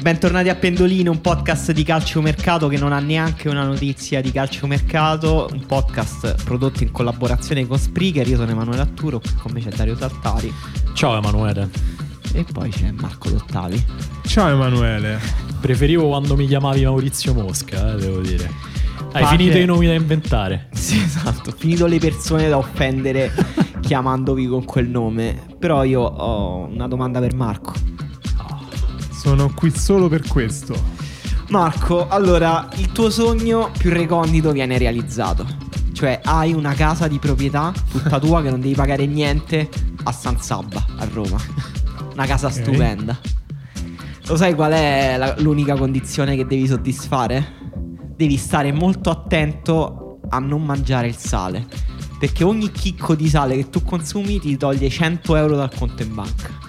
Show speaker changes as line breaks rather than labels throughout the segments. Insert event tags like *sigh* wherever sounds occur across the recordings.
Bentornati a Pendolino, un podcast di calciomercato che non ha neanche una notizia di calciomercato, un podcast prodotto in collaborazione con Spreaker, io sono Emanuele Atturo, qui con me c'è Dario Saltari
Ciao Emanuele.
e poi c'è Marco Dottavi.
Ciao Emanuele.
Preferivo quando mi chiamavi Maurizio Mosca, eh, devo dire. Hai
Parte-
finito i nomi da inventare.
*laughs* Sì, esatto, ho finito le persone da *laughs* offendere chiamandovi con quel nome, però io ho una domanda per Marco.
Sono qui solo per questo.
Marco, allora, il tuo sogno più recondito viene realizzato. Cioè, hai una casa di proprietà tutta tua che non devi pagare niente a San Sabba, a Roma. Una casa stupenda. Lo sai qual è la- l'unica condizione che devi soddisfare? Devi stare molto attento a non mangiare il sale. Perché ogni chicco di sale che tu consumi ti toglie 100 euro dal conto in banca.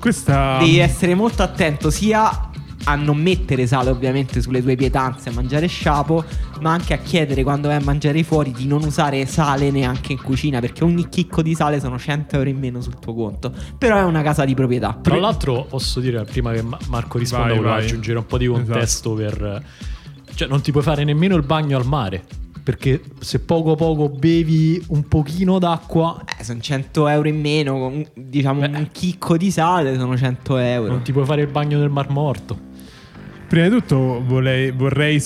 Questa
Devi essere molto attento sia a non mettere sale ovviamente sulle tue pietanze a mangiare sciapo, ma anche a chiedere quando vai a mangiare fuori di non usare sale neanche in cucina, perché ogni chicco di sale sono 100 euro in meno sul tuo conto. Però è una casa di proprietà.
Tra l'altro posso dire, prima che Ma- Marco risponda,
Vai,
volevo
vai. Esatto.
aggiungere un po' di contesto per... Cioè, non ti puoi fare nemmeno il bagno al mare, perché se poco poco bevi un pochino d'acqua,
Eh, sono 100 euro in meno, con, diciamo
Beh. Mm.
un chicco di sale sono 100 euro.
non ti puoi fare il bagno nel Mar Morto.
Prima di tutto volei- vorrei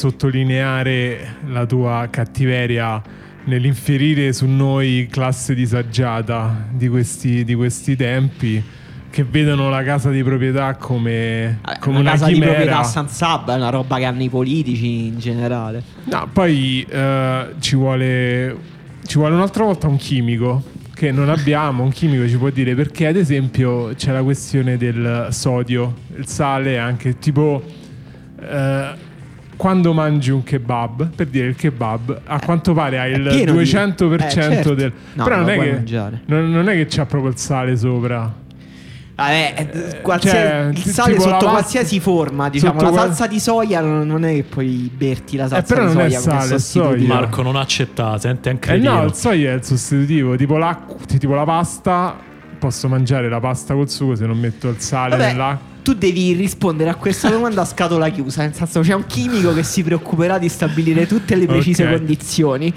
sottolineare la tua cattiveria nell'inferire su noi classe disagiata di questi, di questi tempi che vedono la casa di proprietà come,
Vabbè,
come
una
una,
Eh, casa di
chimera.
proprietà a San Sabba è una roba che hanno i politici in generale.
No, poi eh, ci, vuole, ci vuole un'altra volta un chimico che non abbiamo, un chimico ci può dire perché ad esempio c'è la questione del sodio, il sale anche tipo eh, quando mangi un kebab, per dire il kebab a quanto pare ha
è
il
pieno di-
200%
Eh, certo.
del...
No,
però
non
non
lo
è,
puoi
che,
mangiare.
non, non è che c'ha proprio il sale sopra.
Vabbè, eh,
Eh,
qualsiasi,
cioè,
il
ti-
sale
tipo la
sotto
pasta-
qualsiasi forma, diciamo,
sotto
la
qual- Eh,
salsa di soia non non è che puoi berti la salsa
però
di
non è
soia come
sale, è
sostituto.
soia. Ma-
Marco non accetta, senti anche
Eh no,
cretino.
il soia è il sostitutivo, tipo, l'acqua- tipo la pasta, posso mangiare la pasta col sugo se non metto il sale
Vabbè,
nell'acqua.
tu devi rispondere a questa domanda a scatola chiusa, nel senso c'è un chimico che si preoccuperà di stabilire tutte le precise
Ok.
condizioni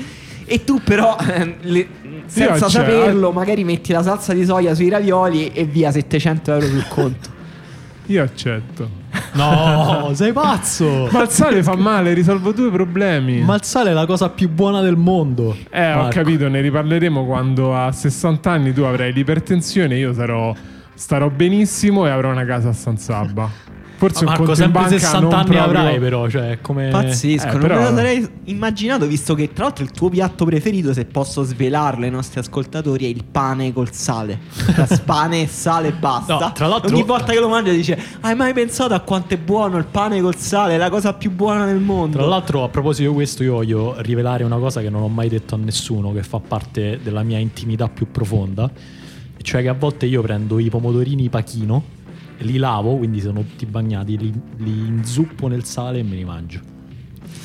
e tu però *laughs* ehm, le- senza
cioè,
saperlo magari metti la salsa di soia sui ravioli e via 700 euro sul conto.
Io accetto. *laughs*
No, sei pazzo!
Ma il sale fa male, risolvo due problemi.
Ma il sale è la cosa più buona del mondo.
eh, ho
Marco.
capito, ne riparleremo quando a 60 anni tu avrai l'ipertensione, io sarò starò benissimo e avrò una casa a San Sabba. Forse un
Marco,
conto in
sempre
banca
60
non
anni
proprio-
avrai, però. Cioè, è come...
Pazzesco,
eh,
non
però-
me lo sarei immaginato visto che tra l'altro il tuo piatto preferito, se posso svelarlo ai nostri ascoltatori, è il pane col sale.
*laughs*
Tra pane e sale e basta.
No, tra l'altro-
Ogni volta che lo mangio dice, hai mai pensato a quanto è buono il pane col sale? È la cosa più buona del mondo.
Tra l'altro, a proposito di questo, io voglio rivelare una cosa che non ho mai detto a nessuno, che fa parte della mia intimità più profonda. Cioè che a volte io prendo i pomodorini pachino, li lavo, quindi sono tutti bagnati, li, li inzuppo nel sale e me li mangio.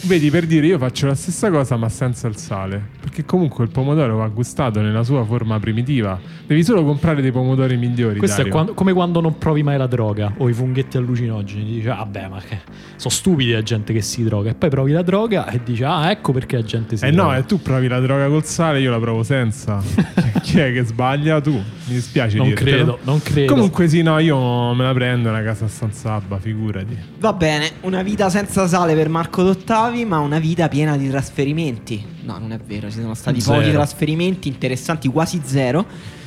Vedi, per dire, io faccio la stessa cosa ma senza il sale. Perché comunque il pomodoro va gustato nella sua forma primitiva. Devi solo comprare dei pomodori migliori.
Questo
Dario.
è quando- come quando non provi mai la droga o i funghetti allucinogeni. Dici, "Ah, vabbè, ma che... sono stupidi la gente che si droga. E poi provi la droga e dici, ah, ecco perché la gente si
Eh
droga.
no, eh, tu provi la droga col sale, io la provo senza.
*laughs*
Cioè, Chi è che sbaglia? Tu. Mi dispiace
Non
dirtelo.
credo, non credo.
Comunque sì, no, io me la prendo una casa a San Sabba, figurati.
Va bene, una vita senza sale per Marco Dottavi, ma una vita piena di trasferimenti. No, non è vero, ci sono stati
Zero.
pochi trasferimenti interessanti, quasi zero.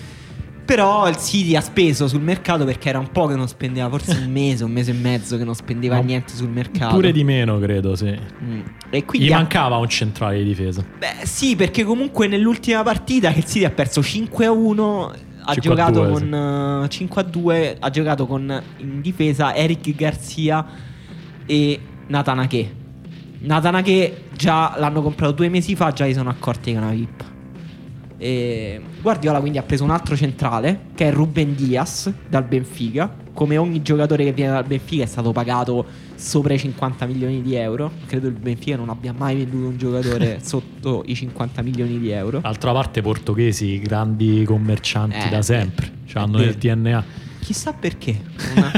Però il City ha speso sul mercato perché era un po' che non spendeva, forse
*laughs*
un mese, un mese e mezzo che non spendeva
Ma
niente sul mercato.
Pure di meno, credo, sì.
Mm. E quindi
Gli
ha-
mancava un centrale di difesa.
Beh, sì, perché comunque nell'ultima partita che il City ha perso 5 a 1. Ha
5-2,
giocato
sì.
con eh, 5 a 2. Ha giocato con in difesa Eric Garzia e Natanache. Natanache già l'hanno comprato due mesi fa. Già si sono accorti che è una VIP. E Guardiola quindi ha preso un altro centrale che è Ruben Diaz dal Benfica. Come ogni giocatore che viene dal Benfica è stato pagato sopra i 50 milioni di euro. Credo il Benfica non abbia mai venduto un giocatore sotto i 50 milioni di euro.
D'altra parte, i portoghesi, grandi commercianti
Eh,
da sempre,
eh,
cioè, hanno
eh,
nel DNA.
Chissà perché. Una-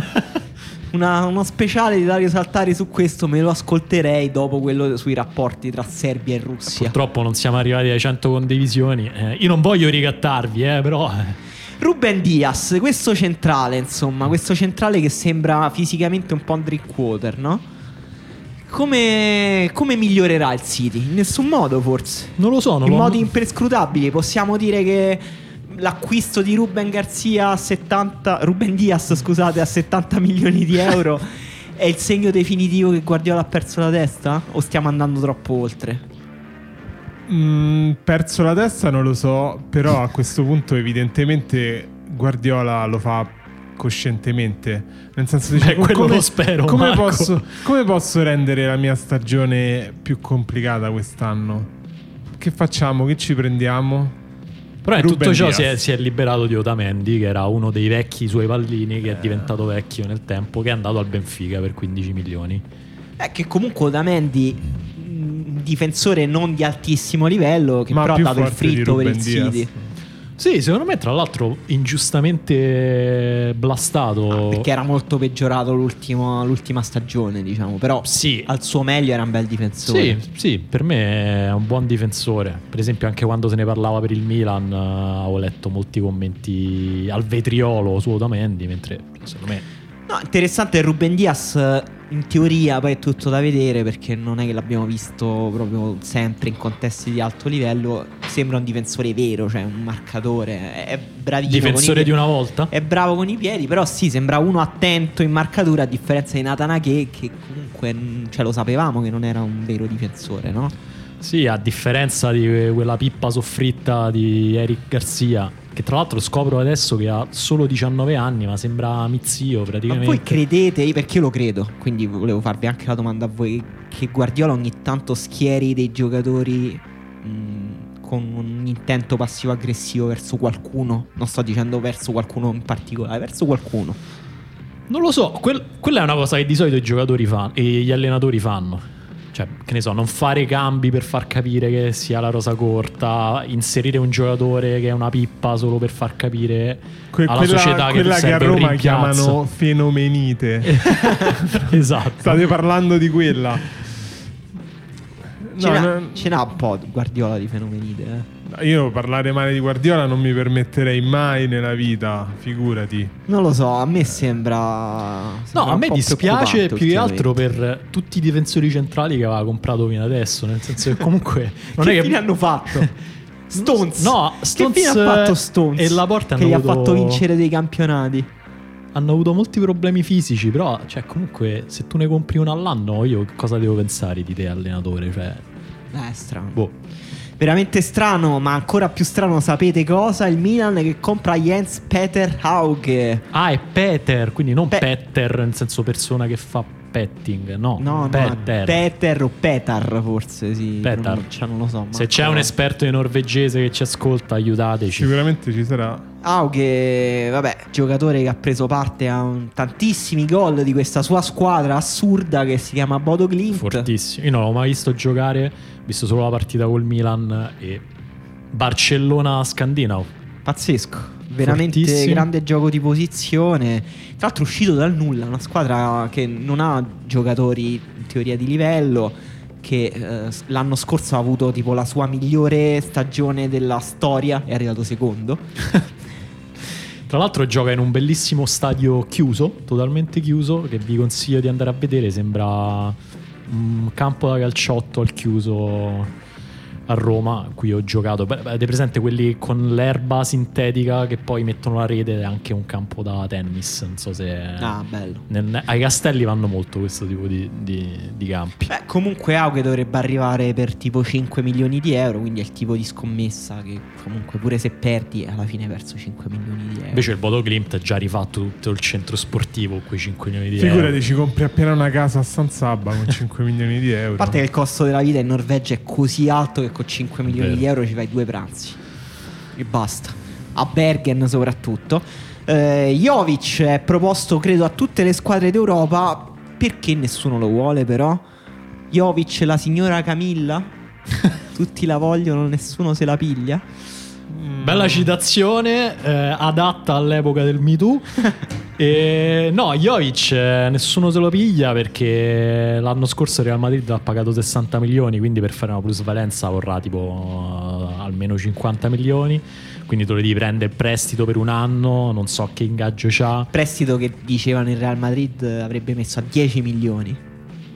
una- uno speciale di Dario Saltari su questo me lo ascolterei dopo quello sui rapporti tra Serbia e Russia.
Purtroppo non siamo arrivati alle 100 condivisioni. Eh, io non voglio ricattarvi, eh, però. eh,
Ruben Diaz, questo centrale, insomma, questo centrale che sembra fisicamente un po' un drink water, no? Come, come migliorerà il City? In nessun modo, forse.
Non lo so, non
In
lo-
modi imprescrutabili, possiamo dire che l'acquisto di Ruben Garzia a 70 Ruben Diaz, scusate, a 70 milioni di
*laughs*
euro è il segno definitivo che Guardiola ha perso la testa? O stiamo andando troppo oltre?
Mm, perso la testa non lo so, però a questo punto evidentemente Guardiola lo fa coscientemente. Nel senso dice,
Beh,
"Co-
quello lo spero,
come
Marco."
posso, come posso rendere la mia stagione più complicata quest'anno? Che facciamo? Che ci prendiamo?
Però in
Ruben
tutto ciò
Diaz.
si è, si è liberato di Otamendi, che era uno dei vecchi suoi pallini, che è diventato vecchio nel tempo, che è andato al Benfica per 15 milioni.
È che comunque Otamendi mh, mm, difensore non di altissimo livello che
Ma
però ha
più
dato il
forte di
fritto per il
Ruben Diaz.
City
Sì, secondo me, tra l'altro, ingiustamente blastato.
Ah, perché era molto peggiorato l'ultimo- l'ultima stagione diciamo però
Sì.
al suo meglio era un bel difensore
Sì, sì, per me è un buon difensore. Per esempio, anche quando se ne parlava per il Milan, eh, ho letto molti commenti al vetriolo su Otamendi, mentre secondo me
No, interessante è Ruben Diaz eh, in teoria poi è tutto da vedere perché non è che l'abbiamo visto proprio sempre in contesti di alto livello sembra un difensore vero cioè un marcatore è- è bravino con i
difensore
pie-
di una volta.
è bravo con i piedi, però sì, sembra uno attento in marcatura a differenza di Natanache che comunque mh, cioè, lo sapevamo che non era un vero difensore, no?
Sì, a differenza di que- quella pippa soffritta di Eric Garcia, che tra l'altro scopro adesso che ha solo 19 anni, ma sembra mizio
Ma
praticamente.
voi credete, perché io lo credo, quindi volevo farvi anche la domanda a voi, che Guardiola ogni tanto schieri dei giocatori mh, con un intento passivo-aggressivo verso qualcuno, non sto dicendo verso qualcuno in particolare, verso qualcuno.
Non lo so, quel- quella è una cosa che di solito i giocatori fanno e gli allenatori fanno. Cioè, che ne so, non fare cambi per far capire che sia la rosa corta, inserire un giocatore che è una pippa solo per far capire
Que-
alla
quella
società che, ti
quella che a
serve un
Roma
rimpiazzo.
chiamano fenomenite.
*laughs* esatto.
State parlando di quella.
Ce,
No,
n'ha,
no,
ce n'ha un po' Guardiola di fenomenite, eh.
Io parlare male di Guardiola non mi permetterei mai nella vita, figurati.
Non lo so, a me sembra...
No,
sembra
a
Esatto. un
me
po'
dispiace
preoccupante
più che altro
ultimamente.
per tutti i difensori centrali che aveva comprato fino adesso. Nel senso che comunque
*laughs*
non
che
è che
fine hanno fatto? Stones.
No, Stones
che fine ha fatto Stones?
e Laporta
che
hanno
gli ha
avuto-
fatto vincere dei campionati.
*laughs* hanno avuto molti problemi fisici, però cioè, comunque se tu ne compri uno all'anno io cosa devo pensare di te allenatore? Cioè,
Eh, è strano.
boh.
Veramente strano, ma ancora più strano sapete cosa? Il Milan che compra Jens Peter Haug.
Ah, è Peter, quindi non
Pe-
Petter nel senso persona che fa petting, no.
No, no,
Petter.
Peter o Petar forse sì.
Petar.
Cioè, non lo so. manco-
se c'è un esperto di norvegese che ci ascolta, aiutateci.
Sicuramente ci sarà.
Haug, eh, vabbè, giocatore che ha preso parte a un- tantissimi gol di questa sua squadra assurda che si chiama Bodo Glimt.
Fortissimo. Io non l'ho mai visto giocare, ho visto solo la partita col Milan e Barcellona Scandinavo.
Pazzesco. Veramente
Fortissimo.
grande gioco di posizione. Tra l'altro uscito dal nulla, una squadra che non ha giocatori in teoria di livello, che eh, s- l'anno scorso ha avuto tipo la sua migliore stagione della storia, è arrivato secondo.
Tra l'altro gioca in un bellissimo stadio chiuso, totalmente chiuso, che vi consiglio di andare a vedere, sembra un campo da calciotto al chiuso a Roma, in cui ho giocato. Beh, beh, Avete presente quelli con l'erba sintetica che poi mettono la rete, è anche un campo da tennis, non so se...
Ah, bello.
Nel- ai castelli vanno molto questo tipo di, di- di campi.
Beh, comunque Auge dovrebbe arrivare per tipo 5 milioni di euro, quindi è il tipo di scommessa che comunque pure se perdi alla fine hai perso 5 milioni di euro.
Invece il Bodo Glimt ha già rifatto tutto il centro sportivo, quei 5 milioni di euro.
Figurati, ci compri appena una casa a San Sabba con 5 milioni di euro.
A parte che il costo della vita in Norvegia è così alto che con 5 milioni
Vero.
di euro ci fai due pranzi. E basta. A Bergen soprattutto. Eh, Jovic è proposto, credo, a tutte le squadre d'Europa. Perché nessuno lo vuole, però? Jovic, la signora Camilla? *laughs* Tutti la vogliono, nessuno se la piglia.
Bella citazione, eh, adatta all'epoca del Me Too. E, no, Jovic eh, nessuno se lo piglia perché l'anno scorso il Real Madrid ha pagato 60 milioni, quindi per fare una plusvalenza vorrà tipo eh, almeno 50 milioni, quindi te lo devi prendere in prestito per un anno, non so che ingaggio c'ha.
Prestito che dicevano il Real Madrid eh, avrebbe messo a 10 milioni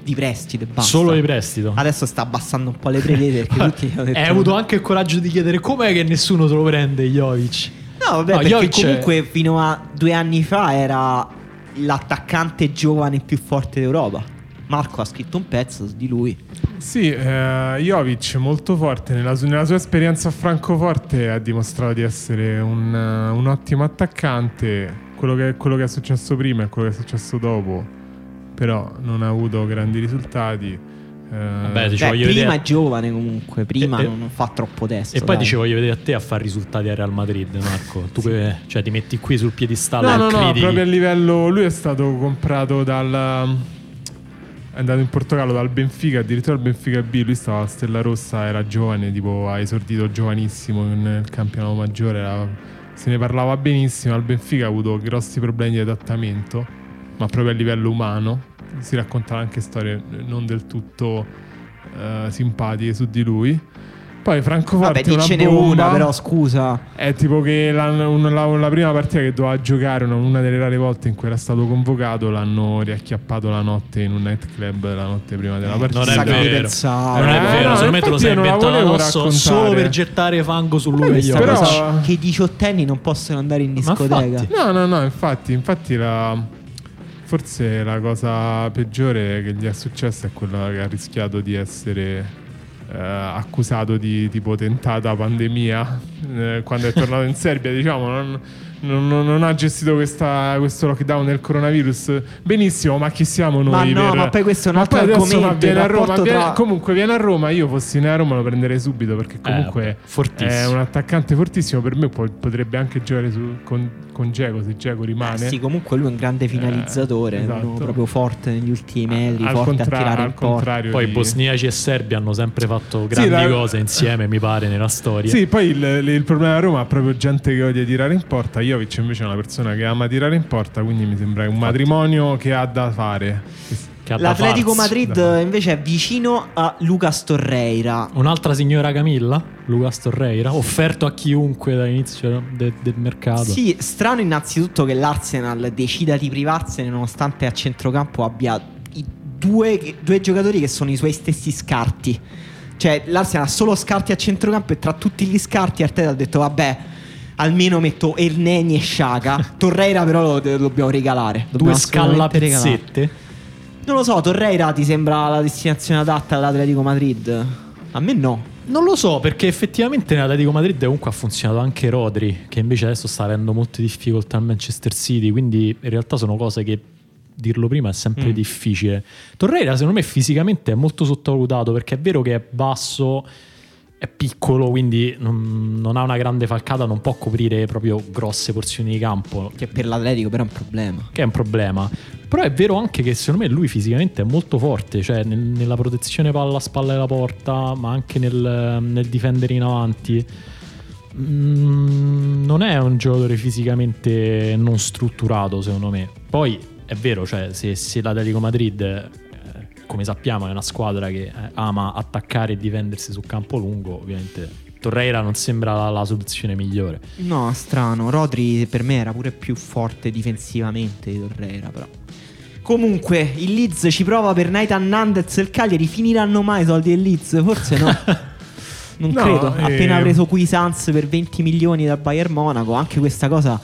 di prestito e basta.
Solo di prestito.
Adesso sta abbassando un po' le prevede
*laughs*
perché tutti gli hanno detto
Hai avuto anche il coraggio di chiedere com'è che nessuno te lo prende Jovic.
No, vabbè,
No,
perché
Jovic è-
comunque fino a due anni fa era l'attaccante giovane più forte d'Europa. Marco ha scritto un pezzo di lui.
Sì, eh, Jovic molto forte, nella, su- nella sua esperienza a Francoforte ha dimostrato di essere un, eh, un ottimo attaccante. Quello che, quello che è successo prima e quello che è successo dopo, però non ha avuto grandi risultati. Eh,
Vabbè, ti ci
Beh,
voglio
prima
vedere.
è giovane comunque, prima
E- e-
non non fa troppo testo.
E poi
dai.
ti ci voglio vedere a te a fare risultati al Real Madrid, Marco. Tu che- cioè, ti metti qui sul piedistallo
No,
e
no, no,
critichi.
proprio a livello. Lui è stato comprato dal. È andato in Portogallo dal Benfica, addirittura al Benfica B. Lui stava a Stella Rossa, era giovane, tipo ha esordito giovanissimo nel campionato maggiore. era- se ne parlava benissimo. Al Benfica ha avuto grossi problemi di adattamento, ma proprio a livello umano. Si raccontano anche storie non del tutto eh, simpatiche su di lui. Poi Francoforte
Vabbè,
è una
dicene
bomba.
una però, scusa.
È tipo che la, un- la- la prima partita che doveva giocare, una, una delle rare volte in cui era stato convocato, l'hanno riacchiappato la notte in un nightclub la notte prima della partita.
Eh, Non è
Sa che mi
vero.
pensavo.
Non è
Eh,
vero,
no,
secondo me te lo
infatti
sei
io non la
inventato
volevo
adesso
raccontare.
solo per gettare fango su lui
Poi
e
questa
io.
Però-
cosa che i diciottenni non possono andare in discoteca.
infatti.
No, no, no, infatti, infatti la- forse la cosa peggiore che gli è successa è quella che ha rischiato di essere eh, accusato di tipo tentata pandemia eh, quando è tornato in Serbia, diciamo, non, non- non- non ha gestito questa- questo lockdown del coronavirus benissimo, ma chi siamo noi?
Ma no,
per-
ma poi questo è un
Ma
altro
poi adesso
argomento,
ma viene
il
a Roma,
rapporto
viene-
tra-
comunque viene a Roma, io fossi in a Roma lo prenderei subito perché comunque
Eh, vabbè, fortissimo.
è un attaccante fortissimo, per me può- potrebbe anche giocare su- con, con Dzeko, se Dzeko rimane.
Eh sì, comunque lui è un grande finalizzatore,
Eh, esatto.
uno proprio forte negli ultimi metri,
al,
forte
contra-
a tirare
al
in porta.
contrario
Poi
di-
bosniaci e serbi hanno sempre fatto grandi
la-
cose insieme, mi pare, nella storia.
Sì, poi il, il problema a Roma è proprio gente che odia tirare in porta. Jovic invece è una persona che ama tirare in porta, quindi mi sembra un matrimonio che ha da fare.
che ha da
L'Atletico
farsi.
Madrid
da farsi.
invece è vicino a Lucas Torreira.
Un'altra signora Camilla, Lucas Torreira, offerto a chiunque dall'inizio de- del mercato.
Sì, strano innanzitutto che l'Arsenal decida di privarsene nonostante a centrocampo abbia i due, due giocatori che sono i suoi stessi scarti. Cioè l'Arsenal ha solo scarti a centrocampo e tra tutti gli scarti Arteta ha detto vabbè almeno metto Erneni e Sciaca. Torreira però lo, lo dobbiamo regalare.
Due
Dobbiamo assolutamente regalare.
scalapizzette.
Non lo so, Torreira ti sembra la destinazione adatta all'Atletico Madrid? A me no.
Non lo so, perché effettivamente nell'Atletico Madrid comunque ha funzionato anche Rodri, che invece adesso sta avendo molte difficoltà al Manchester City, quindi in realtà sono cose che dirlo prima è sempre difficile. Torreira secondo me fisicamente è molto sottovalutato, perché è vero che è basso, è piccolo, quindi non, non ha una grande falcata, non può coprire proprio grosse porzioni di campo,
Che per l'Atletico però è un problema.
che è un problema. Però è vero anche che secondo me lui fisicamente è molto forte, cioè nel- nella protezione palla a spalla della porta, ma anche nel, nel difendere in avanti. Mm, non è un giocatore fisicamente non strutturato, secondo me. Poi è vero, cioè, se, se l'Atletico Madrid, eh, come sappiamo, è una squadra che eh, ama attaccare e difendersi sul campo lungo, ovviamente Torreira non sembra la- la soluzione migliore.
No, strano. Rodri per me era pure più forte difensivamente di Torreira, però. Comunque, il Leeds ci prova per Nathan Nandez e il Cagliari. Finiranno mai i soldi del Leeds? Forse *laughs* no. Non
No,
credo.
eh.
Appena preso Cuisance per 20 milioni dal Bayern Monaco, anche questa cosa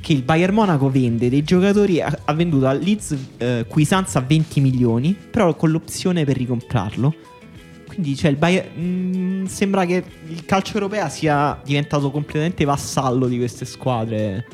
che il Bayern Monaco vende dei giocatori ha ha venduto al Leeds eh, Cuisance a 20 milioni, però con l'opzione per ricomprarlo. Quindi cioè, il Bayern, mh, sembra che il calcio europeo sia diventato completamente vassallo di queste squadre.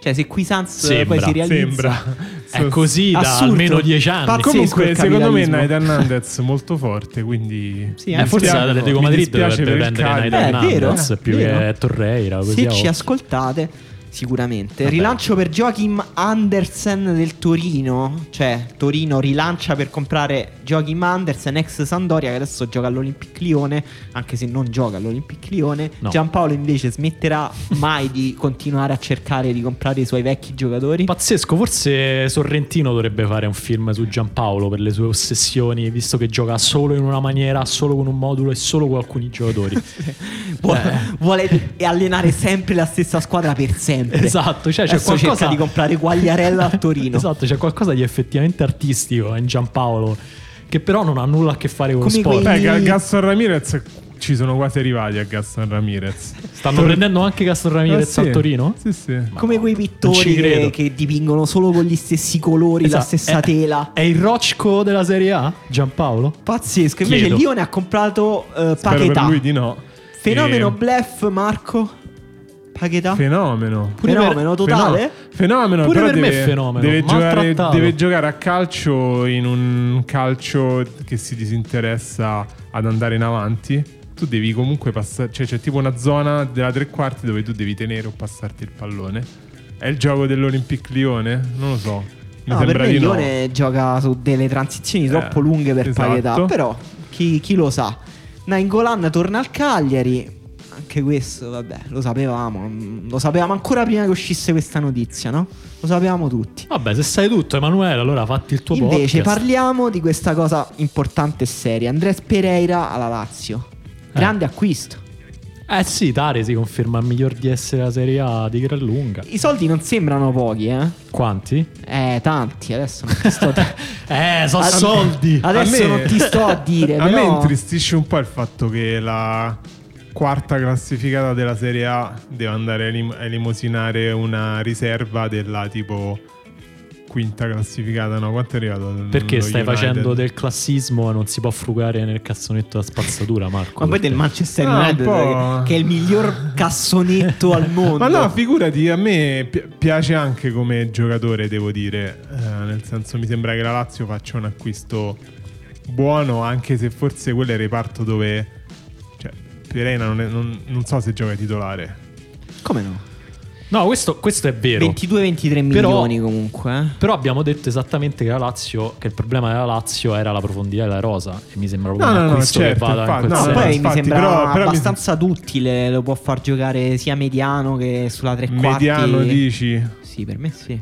Cioè, se Cuisance poi
Sembra,
si realizza,
Sembra.
È così da
Assurdo.
almeno dieci anni.
Pazzesco
Comunque,
il
secondo me
capitalismo. *laughs*
Nathan Nandez molto forte, quindi
Sì,
Mi
eh, forse
dispiace-
l'Atletico
mi
Madrid
dispiace
dovrebbe
per il
prendere
Cagliari.
Nathan
Eh, è vero,
Nandez
eh,
più
vero.
che Torreira. così
se ci
a-
ascoltate, sicuramente.
Vabbè.
Rilancio per Joachim Andersen del Torino. Cioè, Torino rilancia per comprare Joachim Andersen, ex Sandoria, che adesso gioca all'Olympic Lione. Anche se non gioca all'Olympic Lione.
No.
Giampaolo invece smetterà mai di continuare a cercare di comprare i suoi vecchi giocatori.
Pazzesco, forse Sorrentino dovrebbe fare un film su Giampaolo per le sue ossessioni, visto che gioca solo in una maniera, solo con un modulo e solo con alcuni giocatori.
Vuole,
eh.
vuole allenare sempre la stessa squadra per sempre.
esatto, cioè c'è
Adesso
qualcosa
cerca di comprare Quagliarella a Torino.
*laughs* esatto, c'è qualcosa di effettivamente artistico in Giampaolo che però non ha nulla a che fare con lo
Come
sport. Eh,
quei-
Beh, Ga- Gaston Ramirez ci sono quasi arrivati a Gaston Ramirez.
Stanno prendendo anche Castor Ramirez
Eh, sì.
a Torino?
Sì, sì.
Come quei
Non
pittori
ci
che,
credo.
che dipingono solo con gli stessi colori, la
Esatto,
stessa
è-
tela.
È il Rocco della Serie A? Giampaolo?
Pazzesco. Invece
Chiedo.
il Lione ha comprato eh,
Spero per
Paquetà.
lui di no.
Fenomeno
E-
blef, Marco. Paquetà.
Fenomeno.
Pure per-
Fenomeno totale.
Fenomeno,
Pure
però
per me è
deve,
fenomeno,
Deve giocare,
maltrattato.
deve giocare a calcio in un calcio che si disinteressa ad andare in avanti. Tu devi comunque passare, cioè c'è tipo una zona della tre quarti dove tu devi tenere o passarti il pallone. È il gioco dell'Olympic Lione? Non lo so. Mi
No, Eh, per
sembra
me
di
il
no.
Lione gioca su delle transizioni troppo lunghe per
esatto.
Paquetà. Però chi, chi lo sa. Nainggolan torna al Cagliari. Anche questo, vabbè, lo sapevamo. mm, Lo sapevamo ancora prima che uscisse questa notizia, no? Lo sapevamo tutti.
Vabbè, se sai tutto, Emanuele, allora fatti il tuo
Invece
podcast.
parliamo di questa cosa importante e seria. Andres Pereira alla Lazio. Grande acquisto.
Eh sì, Tare si conferma il miglior DS della Serie A di gran lunga.
I soldi non sembrano pochi, eh?
Quanti?
Eh, tanti, adesso non ti
*laughs*
sto
*laughs*
a
Eh, so
A-
soldi!
a- Adesso
A me-
non ti sto a dire,
A me
però-
intristisce un po' il fatto che la quarta classificata della Serie A deve andare a elim- a elemosinare una riserva della tipo quinta classificata. No, quanto è arrivato?
Perché
Lo
stai
United?
facendo del classismo e non si può frugare nel cassonetto da spazzatura, Marco.
Ma poi del
perché?
Manchester
Ah, un
United,
po'.
che è il miglior cassonetto
*laughs*
al mondo.
Ma no, figurati, a me pi- piace anche come giocatore, devo dire. Eh, nel senso, mi sembra che la Lazio faccia un acquisto buono, anche se forse quello è il reparto dove... Cioè, Pereira non, è- non- non so se gioca titolare.
Come no?
No, questo, questo è vero.
22-23
Però-
milioni comunque. eh.
Però abbiamo detto esattamente che la Lazio, che il problema della Lazio era la profondità della rosa. E mi sembra proprio
No,
un
no, no,
acquisto
certo,
che vada
infatti,
in
no,
quel
No,
senso.
poi mi
infatti,
sembra
però- però mi-
abbastanza duttile, lo può far giocare sia mediano che sulla tre quarti.
Mediano, dici?
Sì, per me sì.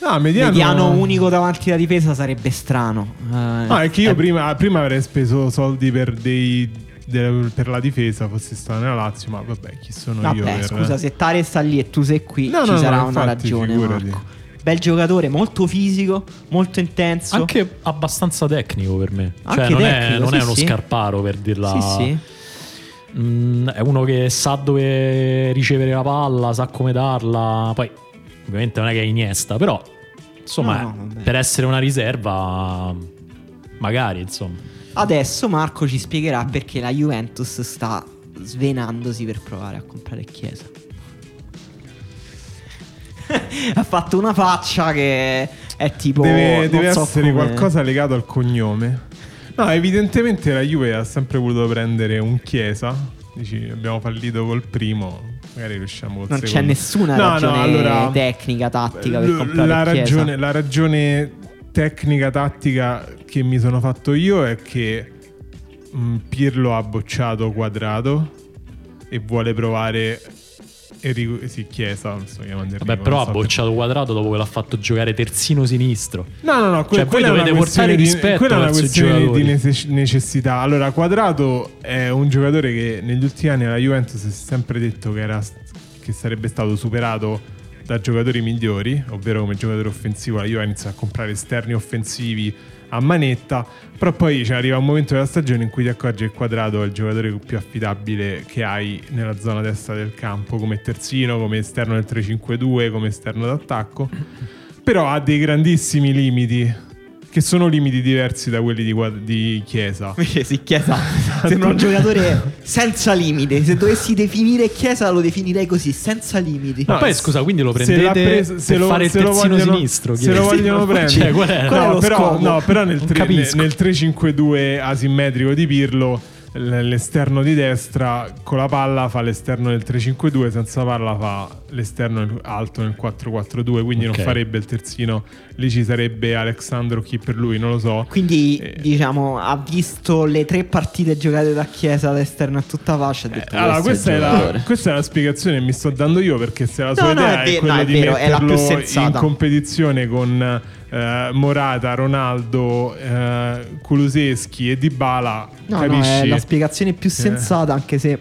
No, mediano...
Mediano, unico davanti alla difesa sarebbe strano. Eh,
No, Ah, è che io
eh,
prima, prima avrei speso soldi per, dei, de- per la difesa, fossi stato nella Lazio, ma vabbè, chi sono io?
Vabbè,
Per...
scusa, se Tare sta lì e tu sei qui,
No,
ci
no, no,
sarà una
infatti,
ragione.
figurati.
Marco. Bel giocatore, molto fisico, molto intenso.
Anche abbastanza tecnico per me. Cioè,
Anche
non, è,
tecnico,
non
sì,
è uno
sì.
scarparo per dirla.
Sì, sì.
Mm, è uno che sa dove ricevere la palla, sa come darla. Poi, ovviamente, non è che è Iniesta, però insomma,
No, no, vabbè.
per essere una riserva, magari insomma.
Adesso Marco ci spiegherà perché la Juventus sta svenandosi per provare a comprare Chiesa. *laughs* ha fatto una faccia che è tipo...
Deve,
non
deve
so
essere
come-
qualcosa legato al cognome. No, evidentemente la Juve ha sempre voluto prendere un Chiesa. Dici, abbiamo fallito col primo, magari riusciamo col
Non c'è
secondo.
nessuna
No,
ragione
no, allora,
tecnica, tattica per
l-
comprare
la
Chiesa.
ragione, la ragione tecnica, tattica che mi sono fatto io è che mh, Pirlo ha bocciato Quadrato e vuole provare... Enrico, sì, Chiesa, non so, chiama Enrico,
Vabbè,
non
però ha
so
bocciato quadrato dopo che l'ha fatto giocare terzino sinistro.
No, no, no, que-
Cioè, voi
quella è
dovete
una
portare
questione di-
rispetto
Quella è una
verso i
questione di
giocatori.
nece- necessità. Allora, Quadrato è un giocatore che negli ultimi anni alla Juventus si è sempre detto che, era- che sarebbe stato superato da giocatori migliori, ovvero come giocatore offensivo la Juventus a comprare esterni offensivi a manetta, però poi cioè, arriva un momento della stagione in cui ti accorgi che Quadrato è il giocatore più affidabile che hai nella zona destra del campo, come terzino, come esterno del 3-5-2, come esterno d'attacco però ha dei grandissimi limiti che sono limiti diversi da quelli di, Guad- di Chiesa.
Invece sì,
*laughs*
Chiesa sembra
Esatto.
un giocatore senza limiti. Se dovessi definire Chiesa lo definirei così, senza limiti.
Ma poi, scusa, quindi lo prendete per fare il terzino sinistro,
Se lo
chiedi?
vogliono
Sì,
prendere.
*laughs* cioè, qual è?
Qual è
no,
lo
però,
scopo?
no, però nel,
Non
tre-
capisco.
nel 3-5-2 asimmetrico di Pirlo, l- l'esterno di destra con la palla fa l'esterno del 3-5-2, senza palla fa l'esterno alto nel 4-4-2, quindi
Ok.
non farebbe il terzino. Lì ci sarebbe Alexandro chi per lui, non lo so.
Quindi,
Eh.
diciamo, ha visto le tre partite giocate da Chiesa all'esterno a tutta fascia. Ha detto,
Eh, Allora,
"Questo
questa è,
il
la,
giocatore".
questa è la spiegazione che mi sto dando io perché se la sua
No, no, è
idea è,
ve-
quella
no, è
di
vero, è la più
metterlo in
sensata.
competizione con eh, Morata, Ronaldo, eh, Kuluseschi e Dybala,
*laughs* No, no,
capisci? Eh,
è la spiegazione più sensata, anche se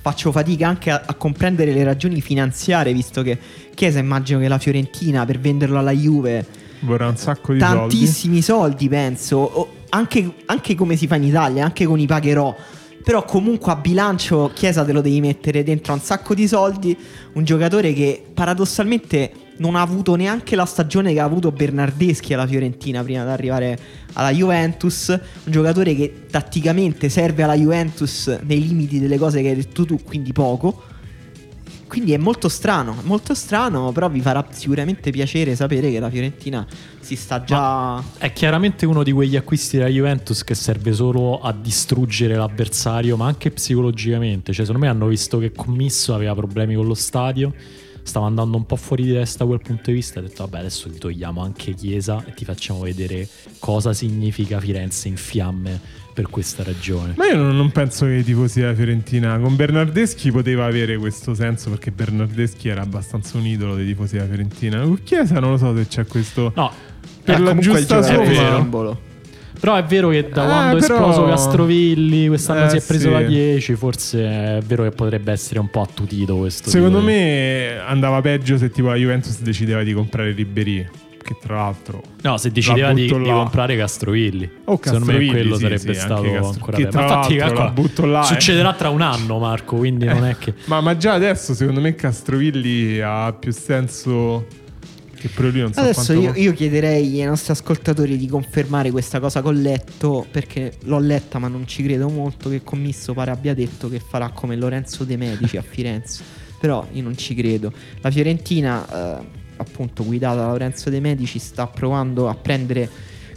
faccio fatica anche a, a comprendere le ragioni finanziarie, visto che Chiesa immagino che la Fiorentina per venderlo alla Juve
Vorrà un sacco di soldi.
tantissimi soldi, penso, O anche, anche come si fa in Italia, anche con i pagherò. Però comunque a bilancio Chiesa te lo devi mettere dentro a un sacco di soldi, un giocatore che paradossalmente non ha avuto neanche la stagione che ha avuto Bernardeschi alla Fiorentina prima di arrivare alla Juventus, un giocatore che tatticamente serve alla Juventus nei limiti delle cose che hai detto tu, quindi poco. Quindi è molto strano, è molto strano, però vi farà sicuramente piacere sapere che la Fiorentina si sta già...
È chiaramente uno di quegli acquisti della Juventus che serve solo a distruggere l'avversario, ma anche psicologicamente. Cioè, secondo me hanno visto che Commisso aveva problemi con lo stadio, stava andando un po' fuori di testa da quel punto di vista. Ha detto, vabbè, adesso ti togliamo anche Chiesa e ti facciamo vedere cosa significa Firenze in fiamme per questa ragione.
Ma io non, non penso che i tifosi della Fiorentina con Bernardeschi poteva avere questo senso perché Bernardeschi era abbastanza un idolo dei tifosi della Fiorentina. Con Chiesa non lo so se c'è questo.
No,
per
Eh,
la
comunque
giusta
il giocatore
somma-
è un simbolo.
Però è vero che da
Eh,
quando
però-
è esploso Castrovilli, quest'anno
Eh,
si è preso
sì.
la 10, forse è vero che potrebbe essere un po' attutito questo.
Secondo
tipo di-
me andava peggio se tipo la Juventus decideva di comprare Ribéry, che tra l'altro
No, se decideva di,
butto
di
là.
comprare Castrovilli.
Oh,
Secondo me
Castrovilli,
quello
sì, sì,
sarebbe
anche
stato
Castro-
ancora
che
meglio.
tra
Ma infatti,
l'altro
ecco,
la butto là, eh.
succederà tra un anno, Marco, quindi non è che
Ma, ma già adesso, secondo me, Castrovilli ha più senso che per lui non so
Adesso
quanto...
io, io chiederei ai nostri ascoltatori di confermare questa cosa che ho letto, perché l'ho letta ma non ci credo molto, che Commisso pare abbia detto che farà come Lorenzo De Medici a
*laughs*
Firenze, però io non ci credo. La Fiorentina, eh, appunto guidata da Lorenzo De Medici, sta provando a prendere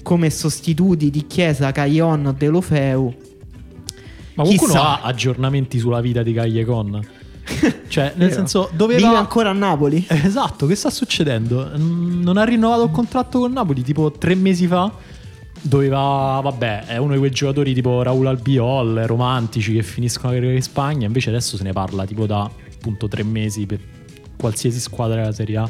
come sostituti di Chiesa, Caion, De Lofeu.
*laughs* Ma qualcuno
Chissà.
ha aggiornamenti sulla vita di *laughs* Cagliacon? cioè, nel
Vero.
senso,
Vive
doveva
ancora a Napoli?
Eh, Esatto, che sta succedendo? Mm, Non ha rinnovato il contratto con Napoli tipo tre mesi fa. Doveva, vabbè, è uno di quei giocatori tipo Raul Albiol, romantici che finiscono la carriera in Spagna. Invece adesso se ne parla tipo da appunto tre mesi per qualsiasi squadra della Serie A.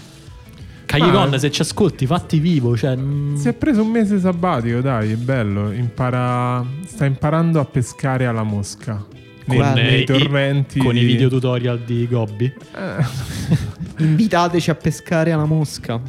Cagliacon,
Ah.
se ci ascolti, fatti vivo. Cioè, mm,
Si è preso un mese sabbatico, dai, è bello. Impara... Sta imparando a pescare alla mosca. Nei,
Guarda,
nei
eh,
torrenti.
i- con i video tutorial di Gobbi. *laughs*
Eh,
Invitateci a pescare alla mosca.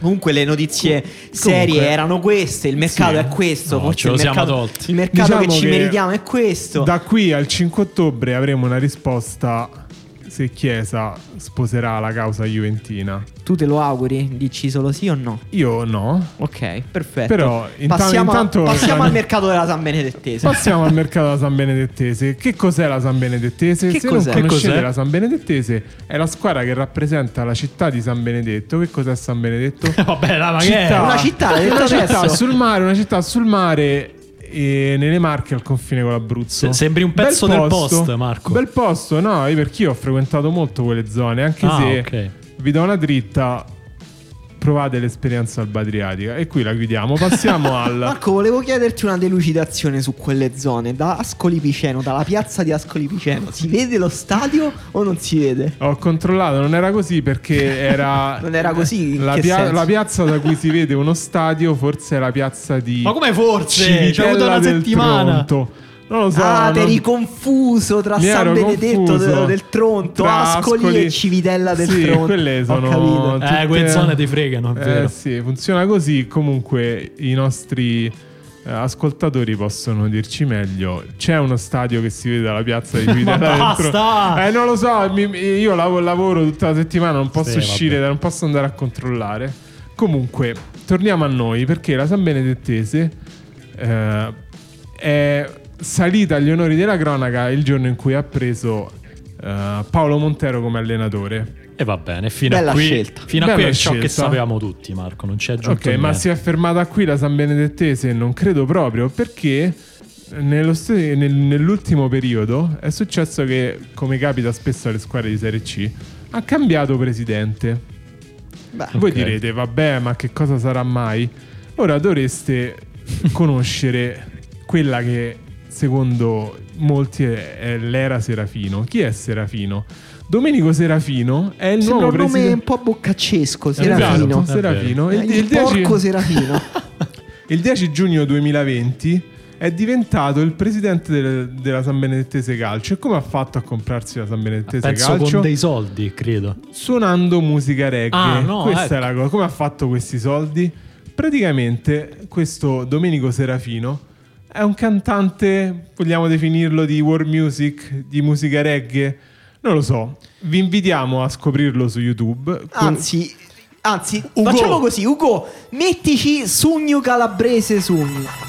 Comunque le notizie serie erano queste, il mercato
Sì.
è questo,
No,
forse
ce lo
il
siamo
mercato,
tolti.
il mercato
Diciamo
che ci
che
meritiamo è questo.
Da qui al 5 ottobre avremo una risposta se Chiesa sposerà la causa juventina.
Tu te lo auguri? Dici solo sì o no?
Io no.
Ok, perfetto.
Però, intan-
passiamo,
intanto-
passiamo al mercato della San Benedettese.
Passiamo al mercato della San Benedettese. Che cos'è la San Benedettese?
Che
Se
cos'è?
non
Che
conoscete
cos'è?
la San Benedettese, è la squadra che rappresenta la città di San Benedetto. Che cos'è
*laughs*
San Benedetto?
Vabbè, la ma che
Città.
è?
Una città, l'hai detto
una città
adesso.
sul mare, una città sul mare e nelle Marche al confine con l'Abruzzo.
Se- sembri un pezzo
Bel
del
posto,
post, Marco.
Bel posto, no, io perché io ho frequentato molto quelle zone, anche
Ah,
se
ok.
vi do una dritta provate l'esperienza albatriatica e qui la
*laughs*
chiudiamo. Passiamo al
Marco, volevo chiederti una delucidazione su quelle zone. Da Ascoli Piceno, dalla piazza di Ascoli Piceno, si vede lo stadio o non si vede?
Ho controllato, non era così perché era.
*laughs* Non era così? In
La,
che
pia-
senso?
la piazza da cui si vede uno stadio, forse è la piazza di.
Ma come forse? Ci è
Civitella
avuto una
del
settimana.
Tronto. Non lo so.
ah,
non-
eri confuso tra
Mi
San
ero
Benedetto
confuso.
del, del Tronto,
Tra
Ascoli, e Civitella del
sì,
Tronto.
Quelle sono
Ho capito.
Eh,
tutte-
quelle zone ti fregano, è
Eh,
vero.
sì, funziona così. Comunque i nostri eh, ascoltatori possono dirci meglio. C'è uno stadio che si vede dalla
*laughs*
piazza di Guida
Ma
dentro.
basta!
Eh, non lo so, mi- io lav- lavoro tutta la settimana, non posso
Sì,
uscire,
vabbè.
non posso andare a controllare. Comunque, torniamo a noi perché la San Benedettese eh, è salita agli onori della cronaca il giorno in cui ha preso eh, Paolo Montero come allenatore.
E va bene, fino
Bella
a qui,
scelta.
fino a
Bella
qui è ciò che
scelta.
sapevamo tutti, Marco. Non c'è aggiunto
Ok, ma
niente.
si è fermata qui la San Benedettese? Non credo proprio perché nello st- nel- nell'ultimo periodo è successo che, come capita spesso alle squadre di Serie C, ha cambiato presidente.
Beh,
Voi
Ok.
direte, vabbè, ma che cosa sarà mai?
*laughs*
Ora dovreste conoscere quella che secondo molti è è l'era Serafino. Chi è Serafino? Domenico Serafino è il
sembra
nuovo
un nome un
presidente.
po' boccaccesco,
vero,
Serafino. Eh,
esatto.
Serafino.
Il, porco
*laughs*
Serafino.
Il 10 giugno 2020 è diventato il presidente del- della San Benedettese Calcio. E come ha fatto a comprarsi la San Benedettese
Penso
Calcio?
con dei soldi, credo.
Suonando musica reggae.
Ah, no,
Questa
ecco.
è la cosa. Come ha fatto questi soldi? Praticamente questo Domenico Serafino è un cantante, vogliamo definirlo, di world music, di musica reggae. Non lo so, vi invitiamo a scoprirlo su YouTube.
Ah, Anzi, anzi
Ugo.
facciamo così, Ugo, mettici Sugno Calabrese Sugno.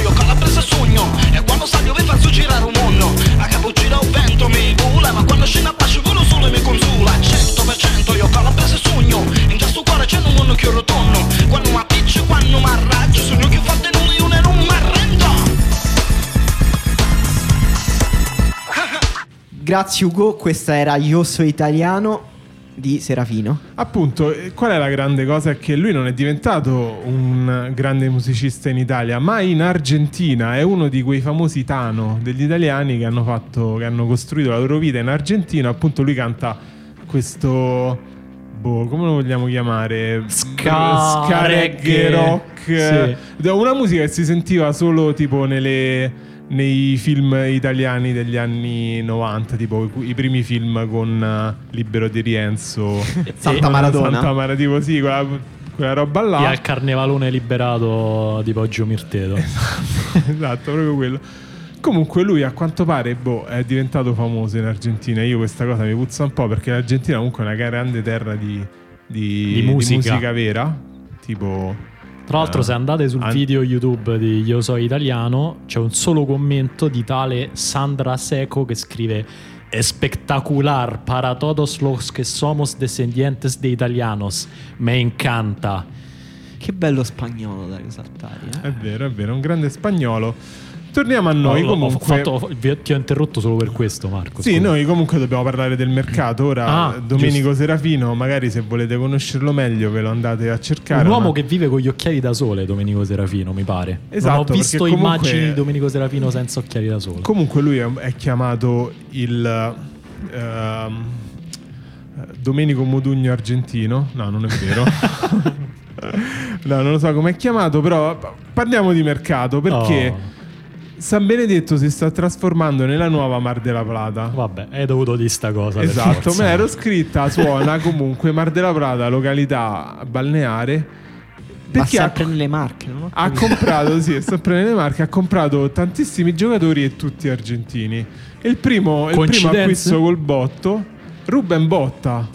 io calabrese sogno E quando salgo vi faccio girare un mondo A capo gira un vento mi vola Ma quando scena pace volo solo e mi consula 100% io calabrese sogno In questo cuore c'è un mondo che io rotondo Quando mi appiccio, quando mi arraggio Sogno che fate nulla io ne non mi arrendo
Grazie Ugo, questa era Io so italiano di Serafino.
Appunto, eh, qual è la grande cosa? È che lui non è diventato un grande musicista in Italia, ma in Argentina è uno di quei famosi Tano degli italiani che hanno, fatto, che hanno costruito la loro vita in Argentina. Appunto, lui canta questo. Boh, come lo vogliamo chiamare?
Ska-
Ska reggae
reggae.
rock. Da Una musica che si sentiva solo tipo nelle. Nei film italiani degli anni 90, tipo i primi film con eh, Libero di Rienzo,
*laughs* Santa
eh,
Maradona.
Santa Maradona, tipo sì, quella, quella roba là.
E al carnevalone liberato di Poggio Mirteto.
*laughs* Eh. esatto, proprio quello. Comunque lui a quanto pare boh, è diventato famoso in Argentina. Io questa cosa mi puzza un po' perché l'Argentina comunque è una grande terra di, di-
Di musica.
vera. Tipo...
Tra l'altro, se andate sul
An-
video YouTube di Io So Italiano, c'è un solo commento di tale Sandra Seco che scrive: È spectacular para todos los que somos descendientes de italianos. Me encanta.
Che bello spagnolo da risaltare. eh.
È vero, è vero, è un grande spagnolo. Torniamo a noi
Ho- ho
comunque.
fatto- vi- ti ho interrotto solo per questo, Marco.
Sì,
scusa.
noi comunque dobbiamo parlare del mercato. Ora
Ah,
Domenico
giusto.
Serafino, magari se volete conoscerlo meglio ve lo andate a cercare.
Un uomo
ma-
che vive con gli occhiali da sole, Domenico Serafino, mi pare.
Esatto,
Non ho
perché
visto
comunque-
immagini di Domenico Serafino senza occhiali da sole.
Comunque lui è, è chiamato il ehm, Domenico Modugno argentino. No, non è vero.
*laughs*
no, non lo so come è chiamato, però parliamo di mercato perché
Oh.
San Benedetto si sta trasformando nella nuova Mar della Plata.
Vabbè, hai dovuto dire sta cosa. per
Esatto,
forza.
me l'ero scritta, suona comunque Mar della Plata, località balneare.
Ma
Perché ha,
sempre nelle marche, non ho
ha
capito.
comprato, sì, è sempre nelle marche, ha comprato tantissimi giocatori e tutti argentini. E il primo, il primo
Coincidenze?
acquisto col botto, Ruben Botta.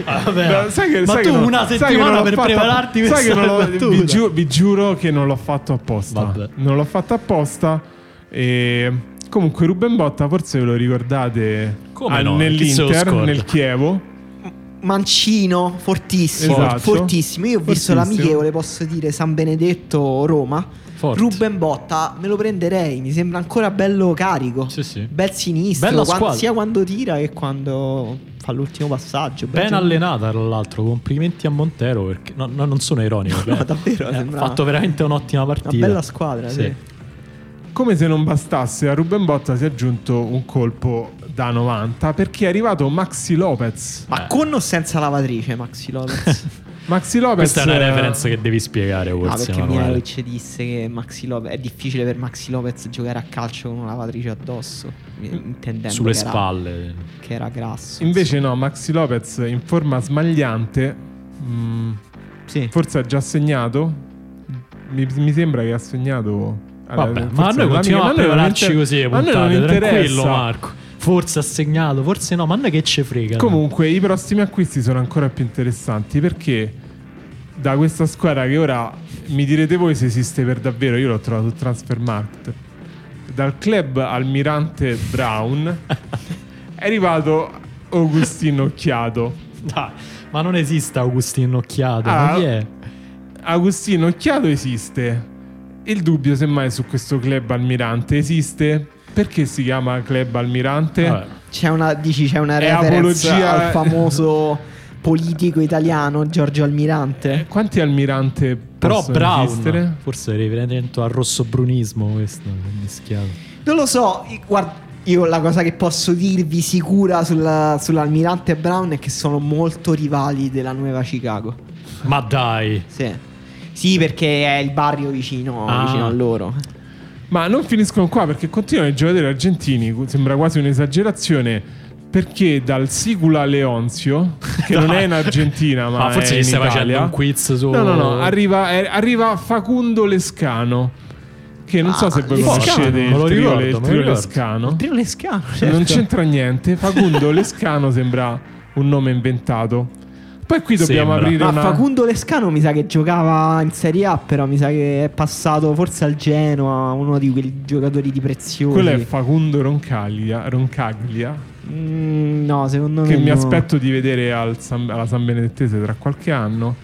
*laughs* Vabbè.
No, sai che,
Ma
sai
tu
che non-
una
sai che
settimana
non l'ho
per
fatta-
prepararti
sai
questa
che non l'ho-
battuta.
vi, giu- vi giuro che non l'ho fatto apposta.
Vabbè.
Non l'ho fatto apposta. E comunque Ruben Botta, forse ve lo ricordate
Come
ah,
no? Chi se lo
nell'Inter,
scorda?
nel Chievo.
Mancino, fortissimo,
Esatto.
fortissimo. Io ho visto
Fortissimo.
l'amichevole, posso dire, San Benedetto, Roma.
Forte.
Ruben Botta, me lo prenderei, mi sembra ancora bello carico.
Sì, sì.
Bel sinistro,
Bella
quan-
squadra.
sia quando tira che quando fa l'ultimo passaggio. cioè, Bel
Ben
gioco.
allenata, tra l'altro. Complimenti a Montero perché no, no, non sono ironico.
No,
beh.
davvero,
Eh, ha
sembra-
fatto veramente un'ottima
Una
partita.
bella squadra, sì.
Sì.
Come se non bastasse, a Ruben Botta si è aggiunto un colpo da 90 perché è arrivato Maxi Lopez.
Eh.
Ma con o senza lavatrice, Maxi
*laughs*
Lopez?
Maxi Lopez
Questa è una
eh,
reference che devi spiegare,
Ah,
no,
forse,
perché
Emanuele.
Milovic disse che Maxi Lopez, è difficile per Maxi Lopez giocare a calcio con una lavatrice addosso. Intendendo
Sulle
che era-
spalle.
Che era grasso.
Invece no, Maxi Lopez in forma smagliante. mm,
Sì.
Forse ha già segnato. Mi, mi sembra che ha segnato.
Vabbè,
Allora,
ma a
forse
noi
la-
continuiamo a
ma a noi non
prepararci
inter-
così le
ma a noi non
puntate,
interessa.
tranquillo Marco. Forse ha segnato, forse no, ma a noi che ce frega.
Comunque, i prossimi acquisti sono ancora più interessanti perché da questa squadra che ora mi direte voi se esiste per davvero, io l'ho trovato su Transfermarkt. Dal club Almirante
*laughs*
Brown è arrivato Augustino Occhiato.
Dai, ma non esiste Agustino Occhiato, ma
Ah.
chi è?
Agostino Occhiato esiste. Il dubbio, semmai, su questo club Almirante esiste. Perché si chiama club Almirante?
Vabbè.
C'è una, dici, c'è una
È
reference
apologia- eh.
al famoso politico italiano Giorgio Almirante.
Quanti Almirante
Però
possono
Brown,
esistere?
forse è riferimento al rossobrunismo questo, mischiato.
Non lo so, i- guarda, io la cosa che posso dirvi sicura sulla- sull'Almirante Brown è che sono molto rivali della nuova Chicago.
Ma dai,
Sì. Sì, perché è il barrio vicino,
Ah.
vicino a loro.
Ma non finiscono qua perché continuano i giocatori argentini. Sembra quasi un'esagerazione. Perché dal Sigula Leonzio, che non è in Argentina, ma,
Ma Ah, forse
è
gli
in
stai
Italia.
facendo un quiz su-
No, no, no. Arriva, eh, arriva Facundo Lescano. Che non so se voi
Lescano,
conoscete
Ah, me lo
il trio,
ricordo,
il
me lo
trio
ricordo.
Lescano.
Prima le scale.
certo.
Non c'entra niente. Facundo Lescano sembra un nome inventato. Poi qui dobbiamo
Sembra.
aprire
Ma
una.
Facundo Lescano mi sa che giocava in Serie A, però mi sa che è passato forse al Genoa, uno di quei giocatori di preziosi.
Quello è Facundo Roncaglia, Roncaglia
Mm, no, secondo
che
me
mi
no.
aspetto di vedere al San- alla San Benedettese tra qualche anno.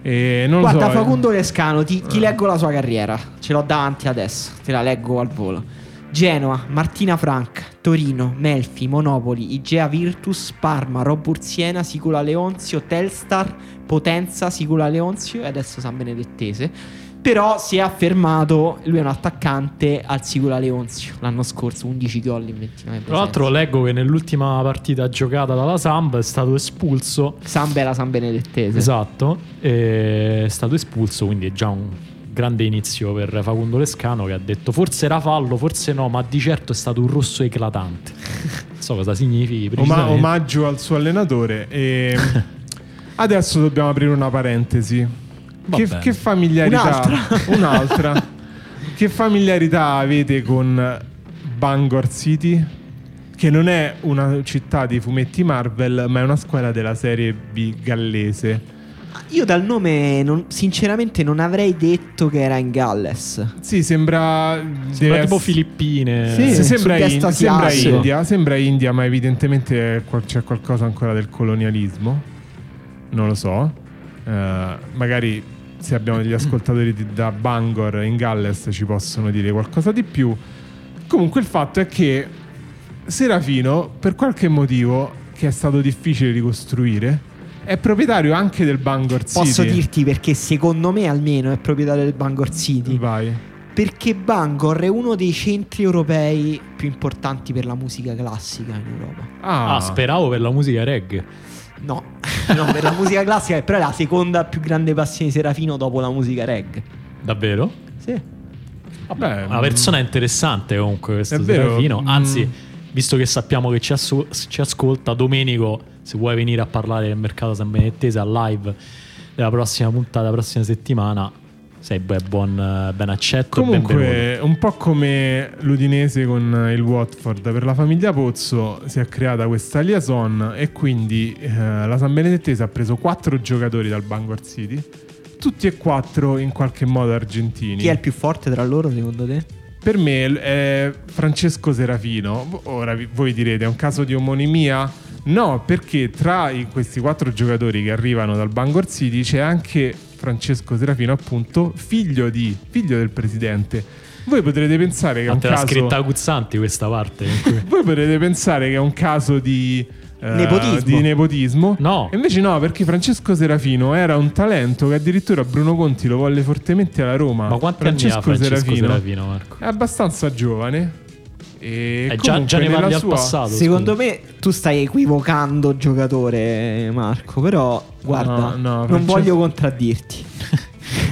E non lo
Guarda,
so, eh.
Facundo Lescano, ti, ti leggo la sua carriera. Ce l'ho davanti adesso, te la leggo al volo. Genoa, Martina Franca, Torino, Melfi, Monopoli, Igea Virtus, Parma, Robur Siena, Sicula Leonzio, Telstar, Potenza, Sicula Leonzio e adesso San Benedettese. Però si è affermato, lui è un attaccante al Sicula Leonzio l'anno scorso, 11 gol in 29
tra l'altro leggo che nell'ultima partita giocata dalla Samba è stato espulso.
San Bela San Benedettese.
Esatto, e è stato espulso, quindi è già un grande inizio per Facundo Lescano che ha detto forse era fallo, forse no, ma di certo è stato un rosso eclatante. Non so cosa significhi.
Oma-
precisamente.
omaggio al suo allenatore. E
*laughs*
adesso dobbiamo aprire una parentesi.
Va
Che,
bene.
che familiarità?
Un'altra.
*laughs* Un'altra. che familiarità avete con Bangor City? Che non è una città di fumetti Marvel, ma è una squadra della serie B gallese.
Io dal nome, non- sinceramente, non avrei detto che era in Galles.
Sì, sembra.
Sembra
deve
tipo
ess-
Filippine.
Sì,
Eh,
sembra,
sud-est
in- sembra
asiatico.
India, sembra India, ma evidentemente è qual- c'è qualcosa ancora del colonialismo. Non lo so. Eh, magari se abbiamo degli ascoltatori di- da Bangor in Galles ci possono dire qualcosa di più. Comunque il fatto è che Serafino, per qualche motivo che è stato difficile ricostruire, è proprietario anche del Bangor City.
Posso dirti perché, secondo me, almeno è proprietario del Bangor City.
Vai.
Perché Bangor è uno dei centri europei più importanti per la musica classica in Europa.
Ah,
Ah, speravo per la musica reggae.
No, *laughs* no per la musica classica, però è la seconda più grande passione di Serafino dopo la musica reg.
Davvero?
Sì.
Vabbè,
Una persona interessante comunque questo
È vero.
Serafino. Anzi,
Mm.
visto che sappiamo che ci, assu- ci ascolta, Domenico, se vuoi venire a parlare del mercato San Benettese a live della prossima puntata, la prossima settimana, sei ben, buon, eh, ben accetto e benvenuto.
Comunque, un po' come l'Udinese con il Watford, per la famiglia Pozzo si è creata questa liaison e quindi eh, la San Benedettese ha preso quattro giocatori dal Bangor City, tutti e quattro in qualche modo argentini.
Chi è il più forte tra loro secondo te?
Per me l- è Francesco Serafino. V- Ora vi- voi direte, è un caso di omonimia? No, perché tra i- questi quattro giocatori che arrivano dal Bangor City c'è anche Francesco Serafino, appunto, figlio, di, figlio del presidente. Voi potrete pensare che è
Ma
un
te l'ha
caso...
scritta Guzzanti questa parte. in
*laughs*
cui-
Voi potrete pensare che è un caso di, eh,
Nepotismo.
di nepotismo.
No.
E Invece no, perché Francesco Serafino era un talento che addirittura Bruno Conti lo volle fortemente alla Roma.
Ma quanti anni ha Francesco Serafino, Marco?
È abbastanza giovane. E
Eh, già, già
comunque
ne
nella
parli al
sua-
passato.
Secondo me tu stai equivocando giocatore Marco, però guarda,
No, no,
non
Francesco-
voglio contraddirti.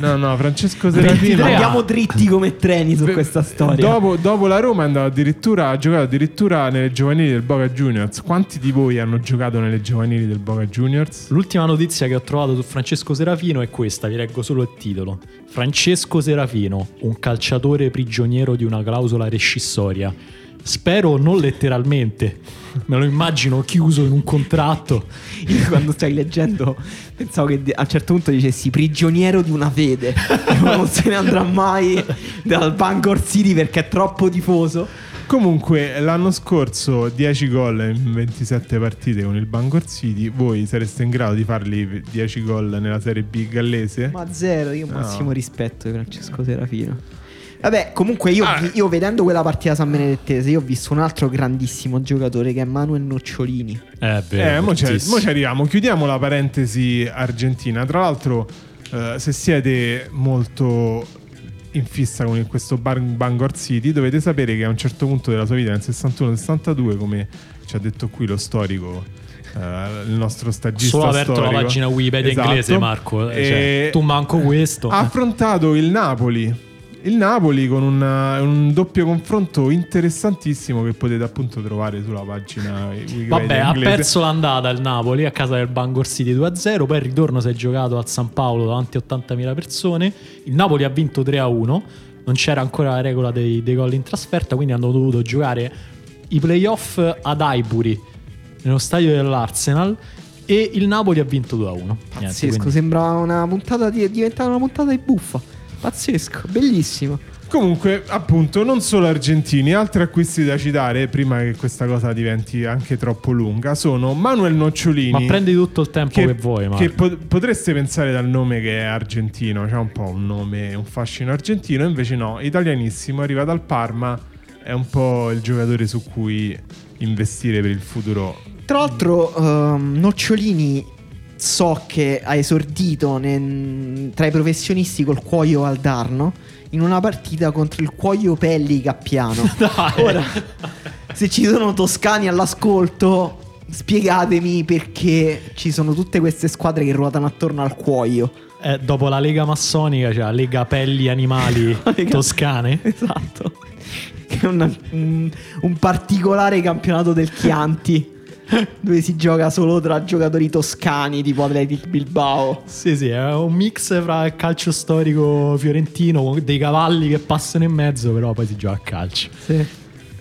No, no, Francesco
Ventidue
*laughs* Serafino.
anni.
Andiamo dritti come treni su
Beh,
questa storia.
Dopo, dopo la Roma andava addirittura, ha giocato addirittura nelle giovanili del Boca Juniors. Quanti di voi hanno giocato nelle giovanili del Boca Juniors?
L'ultima notizia che ho trovato su Francesco Serafino è questa, vi leggo solo il titolo. Francesco Serafino, un calciatore prigioniero di una clausola rescissoria. Spero non letteralmente, me lo immagino chiuso in un contratto.
Io *laughs* quando stai leggendo pensavo che a un certo punto dicessi prigioniero di una fede, *laughs* ma non se ne andrà mai dal Bangor City perché è troppo tifoso.
Comunque, l'anno scorso 10 gol in 27 partite con il Bangor City. Voi sareste in grado di farli 10 gol nella Serie B gallese?
Ma zero, io
No.
massimo rispetto di Francesco Serafino. Vabbè, comunque io,
Ah.
io vedendo quella partita San Benedettese, io ho visto un altro grandissimo giocatore che è Manuel Nocciolini.
Eh,
Eh, mo, ci-
fortissimo.
mo ci arriviamo. Chiudiamo la parentesi argentina. Tra l'altro, eh, se siete molto in fissa con il- questo Bar- Bangor City, dovete sapere che a un certo punto della sua vita, nel 61-62, come ci ha detto qui lo storico. eh, il nostro stagista
Solo aperto la
storico. Esatto.
pagina Wikipedia inglese, Marco, eh, cioè, tu manco questo.
ha affrontato il Napoli il Napoli con un, un doppio confronto interessantissimo che potete appunto trovare sulla pagina Wikipedia
Vabbè, ha
inglese.
perso l'andata il Napoli a casa del Bangor City 2-0, poi il ritorno si è giocato al San Paolo davanti a 80.000 persone, il Napoli ha vinto 3-1, non c'era ancora la regola dei, dei gol in trasferta, quindi hanno dovuto giocare i playoff ad Highbury, nello stadio dell'Arsenal, e il Napoli ha vinto 2-1.
Pazzesco, sembrava una puntata di, diventava una puntata di buffa. Pazzesco, bellissimo.
Comunque, appunto, non solo argentini, altri acquisti da citare prima che questa cosa diventi anche troppo lunga sono Manuel Nocciolini.
Ma prendi tutto il tempo che, vuoi, Marco.
che po- potreste pensare dal nome che è argentino, c'è un po' un nome, un fascino argentino, invece no, italianissimo, arriva dal Parma, è un po' il giocatore su cui investire per il futuro.
Tra l'altro, ehm, Nocciolini so che ha esordito nel- tra i professionisti col cuoio Aldarno in una partita contro il cuoio Pelli Cappiano.
*laughs* Dai.
Ora, se ci sono toscani all'ascolto, spiegatemi perché ci sono tutte queste squadre che ruotano attorno al cuoio.
Eh, dopo la Lega Massonica, cioè la Lega
*laughs*
Pelli Animali Toscane.
Esatto. Che è una- un, un particolare campionato del Chianti. Dove si gioca solo tra giocatori toscani tipo Athletic Bilbao.
Sì, sì, è un mix fra il calcio storico fiorentino, con dei cavalli che passano in mezzo, però poi si gioca a calcio.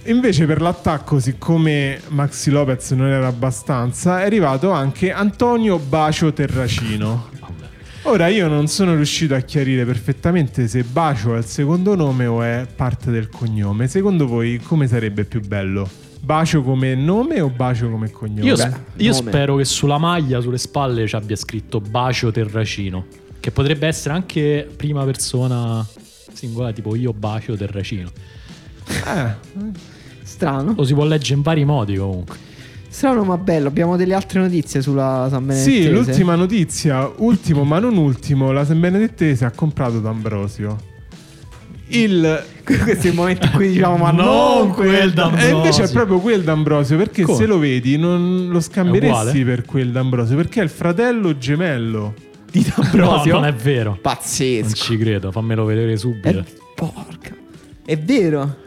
Invece per l'attacco, siccome Maxi Lopez non era abbastanza, è arrivato anche Antonio Bacio Terracino. Ora io non sono riuscito a chiarire perfettamente se Bacio è il secondo nome o è parte del cognome. Secondo voi come sarebbe più bello? Bacio come nome o Bacio come cognome?
Io,
Beh,
io
nome.
spero che sulla maglia, sulle spalle, ci abbia scritto Bacio Terracino, che potrebbe essere anche prima persona singolare, tipo io Bacio Terracino.
eh,
Strano.
Lo si può leggere in vari modi comunque.
Strano ma bello. Abbiamo delle altre notizie sulla San Benedettese.
Sì, l'ultima notizia, ultimo ma non ultimo, la San Benedettese ha comprato D'Ambrosio. *laughs* Il
Questo è il momento in cui diciamo
*laughs*
ma
Non
non
quel
E
D'Ambrosio.
Eh, invece è proprio quel d'Ambrosio perché
Come?
se lo vedi non lo
È uguale?
scambieresti per quel d'Ambrosio perché è il fratello gemello.
di
No,
D'Ambrosio. *laughs*
non è vero. Non
Pazzesco.
ci credo, fammelo vedere subito.
Eh, porca. È *laughs* vero.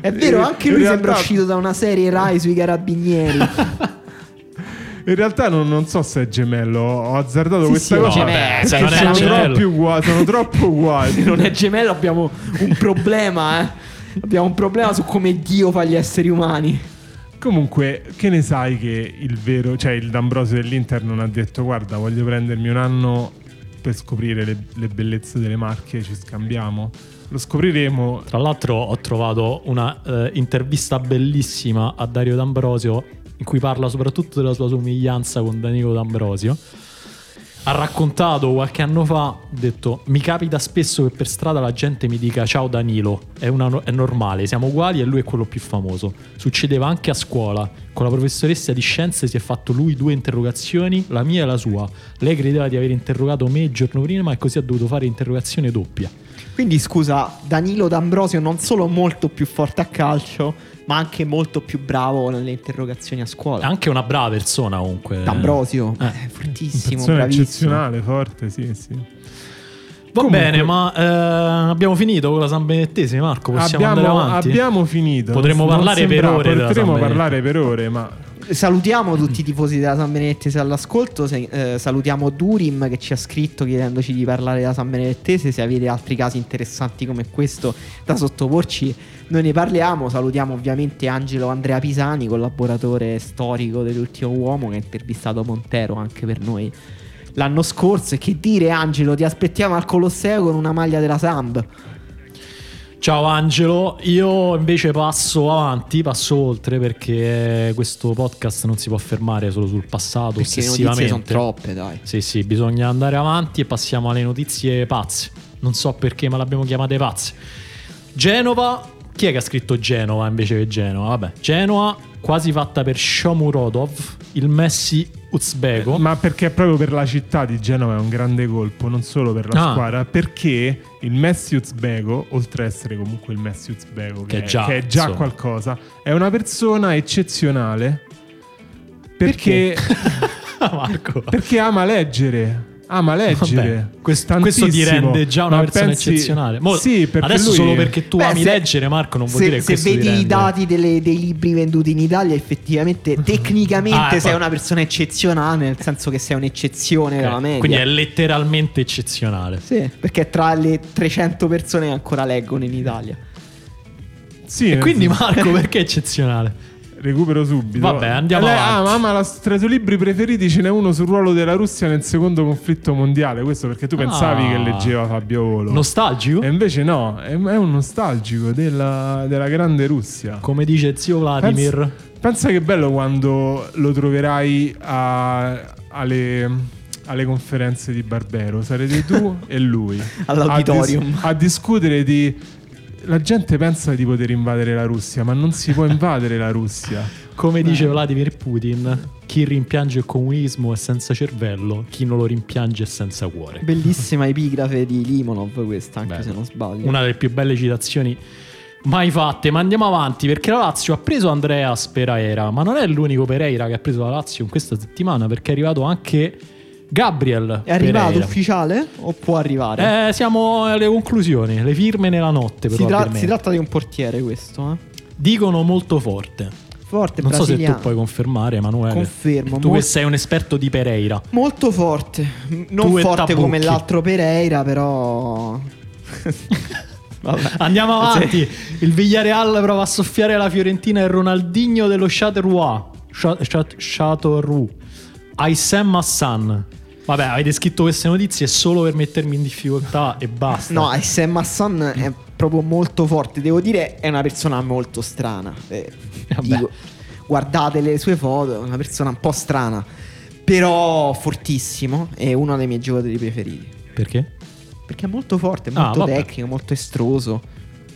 È vero, anche
In
lui sembra
realtà-
uscito da una serie Rai sui carabinieri.
In realtà non, non so se è gemello, ho azzardato
Sì,
questa
sì,
cosa.
vabbè,
perché
se non è
sono,
gemello.
troppi uguali, sono troppo
Se *laughs*
uguali.
non è gemello abbiamo un problema, eh. Abbiamo un problema su come Dio fa gli esseri umani.
Comunque, che ne sai che il vero, cioè il D'Ambrosio dell'Inter non ha detto guarda voglio prendermi un anno per scoprire le, le bellezze delle marche, ci scambiamo. Lo scopriremo.
Tra l'altro ho trovato una eh, intervista bellissima a Dario D'Ambrosio in cui parla soprattutto della sua somiglianza con Danilo D'Ambrosio. Ha raccontato qualche anno fa, ha detto mi capita spesso che per strada la gente mi dica ciao Danilo, è, una no- è normale, siamo uguali e lui è quello più famoso. Succedeva anche a scuola, con la professoressa di scienze si è fatto lui due interrogazioni, la mia e la sua. Lei credeva di aver interrogato me il giorno prima e così ha dovuto fare interrogazione doppia.
Quindi scusa, Danilo D'Ambrosio non solo molto più forte a calcio, ma anche molto più bravo nelle interrogazioni a
È
scuola.
anche una brava persona comunque.
D'Ambrosio,
Eh.
eh, fortissimo,
Persona
bravissimo.
eccezionale, forte, sì, sì.
Va
Comunque-
bene, ma eh, abbiamo finito con la San Benettese, Marco. Possiamo
abbiamo,
andare avanti.
abbiamo finito.
Potremmo
Non
parlare per
sembrava,
ore della
Potremmo
San Benedetto.
parlare per ore, ma
Salutiamo tutti i tifosi della San Benedettese all'ascolto, se- eh, salutiamo Durim che ci ha scritto chiedendoci di parlare della San Benedettese, se avete altri casi interessanti come questo da sottoporci noi ne parliamo, salutiamo ovviamente Angelo Andrea Pisani, collaboratore storico dell'ultimo uomo che ha intervistato Montero anche per noi l'anno scorso e che dire Angelo ti aspettiamo al Colosseo con una maglia della Samb.
Ciao Angelo, io invece passo avanti, passo oltre perché questo podcast non si può fermare solo sul passato.
Perché le notizie sono
ossessivamente.
troppe dai.
Sì, sì, bisogna andare avanti e passiamo alle notizie pazze. Non so perché, ma l'abbiamo chiamate pazze. Genova. Chi è che ha scritto Genova invece che Genova? Vabbè, Genova quasi fatta per Shomurodov, il Messi uzbeko.
Ma perché proprio per la città di Genova è un grande colpo, non solo per la
Ah.
squadra, perché il Messi uzbeko, oltre ad essere comunque il Messi uzbeko, che,
Che è già,
che è già
insomma.
qualcosa, è una persona eccezionale perché,
*laughs* Marco.
*laughs* perché ama leggere. Ama leggere.
Vabbè, questo, questo ti
Tantissimo.
rende già una
Ma
persona
pensi-
eccezionale. Mo,
sì, perché
adesso
lui-
solo perché tu
Beh,
ami
se-
leggere, Marco, non vuol
se,
dire che
se
questo ti
vedi i
rende-
dati delle- dei libri venduti in Italia,
*laughs*
effettivamente, tecnicamente
Ah,
sei
poi-
una persona eccezionale, nel senso che sei un'eccezione
Eh,
della media.
quindi è letteralmente eccezionale.
Sì, perché tra le 300 persone che ancora leggono in Italia.
Eh, Sì,
E
nel
quindi
senso- *laughs*
Marco, perché è eccezionale?
Recupero subito.
Vabbè, andiamo
Lei-
avanti.
Ah, mamma, la- tra i suoi libri preferiti ce n'è uno sul ruolo della Russia nel secondo conflitto mondiale. Questo perché tu pensavi
Ah.
che leggeva Fabio Volo. Eh,
Nostalgico?
E invece no, è, è un nostalgico della, della grande Russia.
Come dice zio Vladimir.
Pensa, pensa che bello quando lo troverai a- alle, alle conferenze di Barbero. Sarete tu
*laughs*
e lui
All'auditorium.
a, dis- a discutere di. La gente pensa di poter invadere la Russia, ma non si può invadere la Russia.
Come dice Vladimir Putin, chi rimpiange il comunismo è senza cervello, chi non lo rimpiange è senza cuore. *laughs*
Bellissima epigrafe di Limonov questa, anche
Bello.
se non sbaglio.
Una delle più belle citazioni mai fatte, ma andiamo avanti perché la Lazio ha preso Andreas Pereira, ma non è l'unico Pereira che ha preso la Lazio in questa settimana perché è arrivato anche Gabriel.
È arrivato
Pereira.
ufficiale o può arrivare?
Eh, siamo alle conclusioni, le firme nella notte
si, tra-
probabilmente.
si tratta di un portiere questo, eh.
Dicono molto forte.
Forte,
Non so se tu
brasiliano.
puoi confermare, Emanuele.
Confermo,
Tu che
molto-
sei un esperto di Pereira.
Molto forte, M- non
Tu e
forte
Tabucchi.
come l'altro Pereira,
*laughs*
però... Vabbè.
Andiamo avanti. Il Villarreal prova a soffiare la Fiorentina e Ronaldinho dello Chateauroux. Cha- Cha- Chateauroux. Aysem Hassan. Vabbè, avete scritto queste notizie solo per mettermi in difficoltà e
*laughs*
basta.
No, SM Hassan è proprio molto forte. Devo dire, è una persona molto strana. Eh,
Vabbè.
dico, guardate le sue foto, è una persona un po' strana. Però fortissimo, è uno dei miei giocatori preferiti.
Perché?
Perché è molto forte, è
Ah,
molto
vabbè.
tecnico, molto estroso.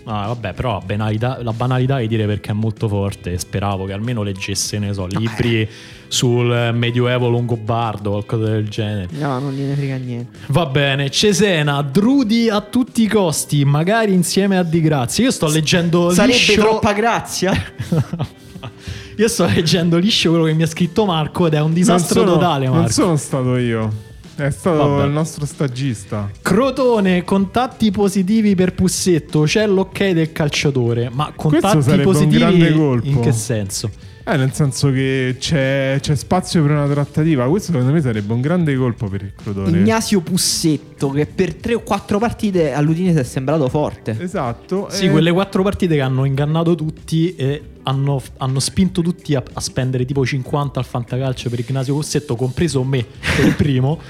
Ah, vabbè, però la banalità, la banalità è dire perché è molto forte. Speravo che almeno leggesse, ne so, libri
eh.
sul medioevo longobardo, qualcosa del genere.
No, non gliene frega niente.
Va bene, Cesena, Drudi a tutti i costi, magari insieme a Di Grazia. Io sto leggendo
Sarebbe
liscio... *laughs*
troppa grazia.
Io sto leggendo liscio quello che mi ha scritto Marco ed è un
Non
disastro
sono-
totale, Marco.
Non sono stato io. È stato
Vabbè.
il nostro stagista.
Crotone, contatti positivi per Pussetto, c'è l'ok del calciatore, ma contatti
sarebbe un
positivi
grande colpo.
in che senso?
Eh, nel senso che c'è, c'è spazio per una trattativa. Questo secondo me sarebbe un grande colpo per il Crotone.
Ignazio Pussetto, che per 3 o 4 partite all'Udinese è sembrato forte.
Esatto.
Sì,
eh,
quelle quattro partite che hanno ingannato tutti e hanno, hanno spinto tutti a, a spendere tipo 50 al fantacalcio per Ignazio Cossetto, compreso me per il
*laughs*
primo.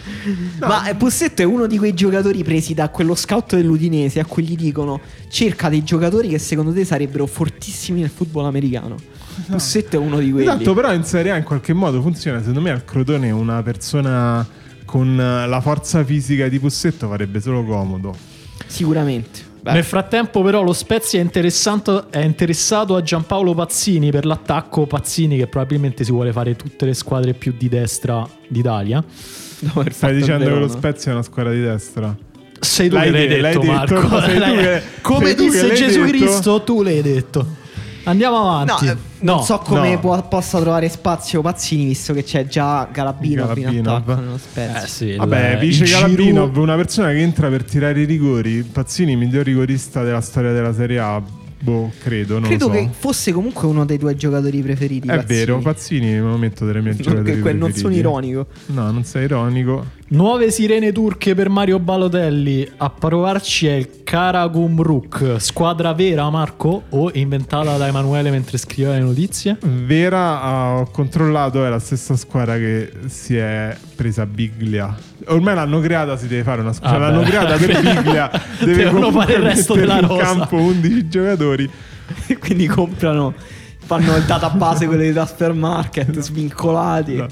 Ma eh, Pussetto è uno di quei giocatori presi da quello scout dell'Udinese a cui gli dicono cerca dei giocatori che secondo te sarebbero fortissimi nel football americano. Pussetto è uno di quelli.
Esatto, però in Serie A in qualche modo funziona. Secondo me al Crotone una persona con eh, la forza fisica di Pussetto farebbe solo comodo.
Sicuramente. Beh,
Nel frattempo, però, lo Spezia è, interessante- è interessato a Giampaolo Pazzini per l'attacco. Pazzini, che probabilmente si vuole fare tutte le squadre più di destra d'Italia.
dopo aver fatto
Stai
il
dicendo che lo
Verona.
Spezia è una squadra di destra.
Sei tu che
L'hai
l'hai
de- l'hai
detto,
detto,
Marco.
ma *laughs* sei tu
L'hai-
che-
Come
sei tu che
disse
l'hai
Gesù
detto?
Cristo, tu l'hai detto. Andiamo
No,
avanti.
eh, non so come
no.
può- possa trovare spazio Pazzini, visto che c'è già Galabino, in
Galabinov.
attacco nello Spezia.
Eh sì,
Vabbè,
il-
vice
il
Galabinov,
Giroud-
una persona che entra per tirare i rigori. Pazzini, il miglior rigorista della storia della Serie A. Boh, credo. Non
Credo
lo so.
che fosse comunque uno dei tuoi giocatori preferiti.
È
Pazzini.
vero, Pazzini è un momento delle mie
Non,
giocatori
che- non
preferiti.
sono ironico.
No, non sei ironico.
Nuove sirene turche per Mario Balotelli. A provarci è il Karagumruk. Squadra vera, Marco? O inventata da Emanuele mentre scriveva le notizie?
Vera ah, ho controllato, è la stessa squadra che si è presa Biglia. Ormai l'hanno creata, si deve fare una squadra.
Ah,
l'hanno
beh. *laughs*
creata per Biglia. Deve
Devono
comunque
fare il resto
mettere
della
in
rosa.
campo 11 giocatori.
*laughs* Quindi comprano, fanno il database quello di Transfer Market, svincolati.
No.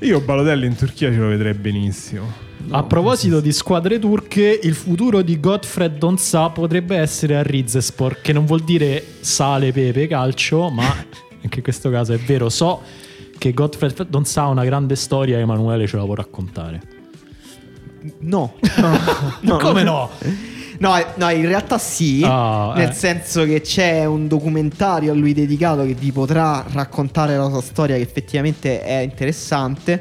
Io Balotelli in Turchia ce lo vedrei benissimo.
A proposito di squadre turche, il futuro di Gottfried Donza potrebbe essere a Rizespor, che non vuol dire sale, pepe, calcio, ma anche in questo caso è vero. So che Gottfried Donza ha una grande storia e Emanuele ce la può raccontare.
No, *laughs* no,
Come no?
No, eh, no, in realtà sì,
Ah,
nel
eh.
senso che c'è un documentario a lui dedicato che vi potrà raccontare la sua storia che effettivamente è interessante,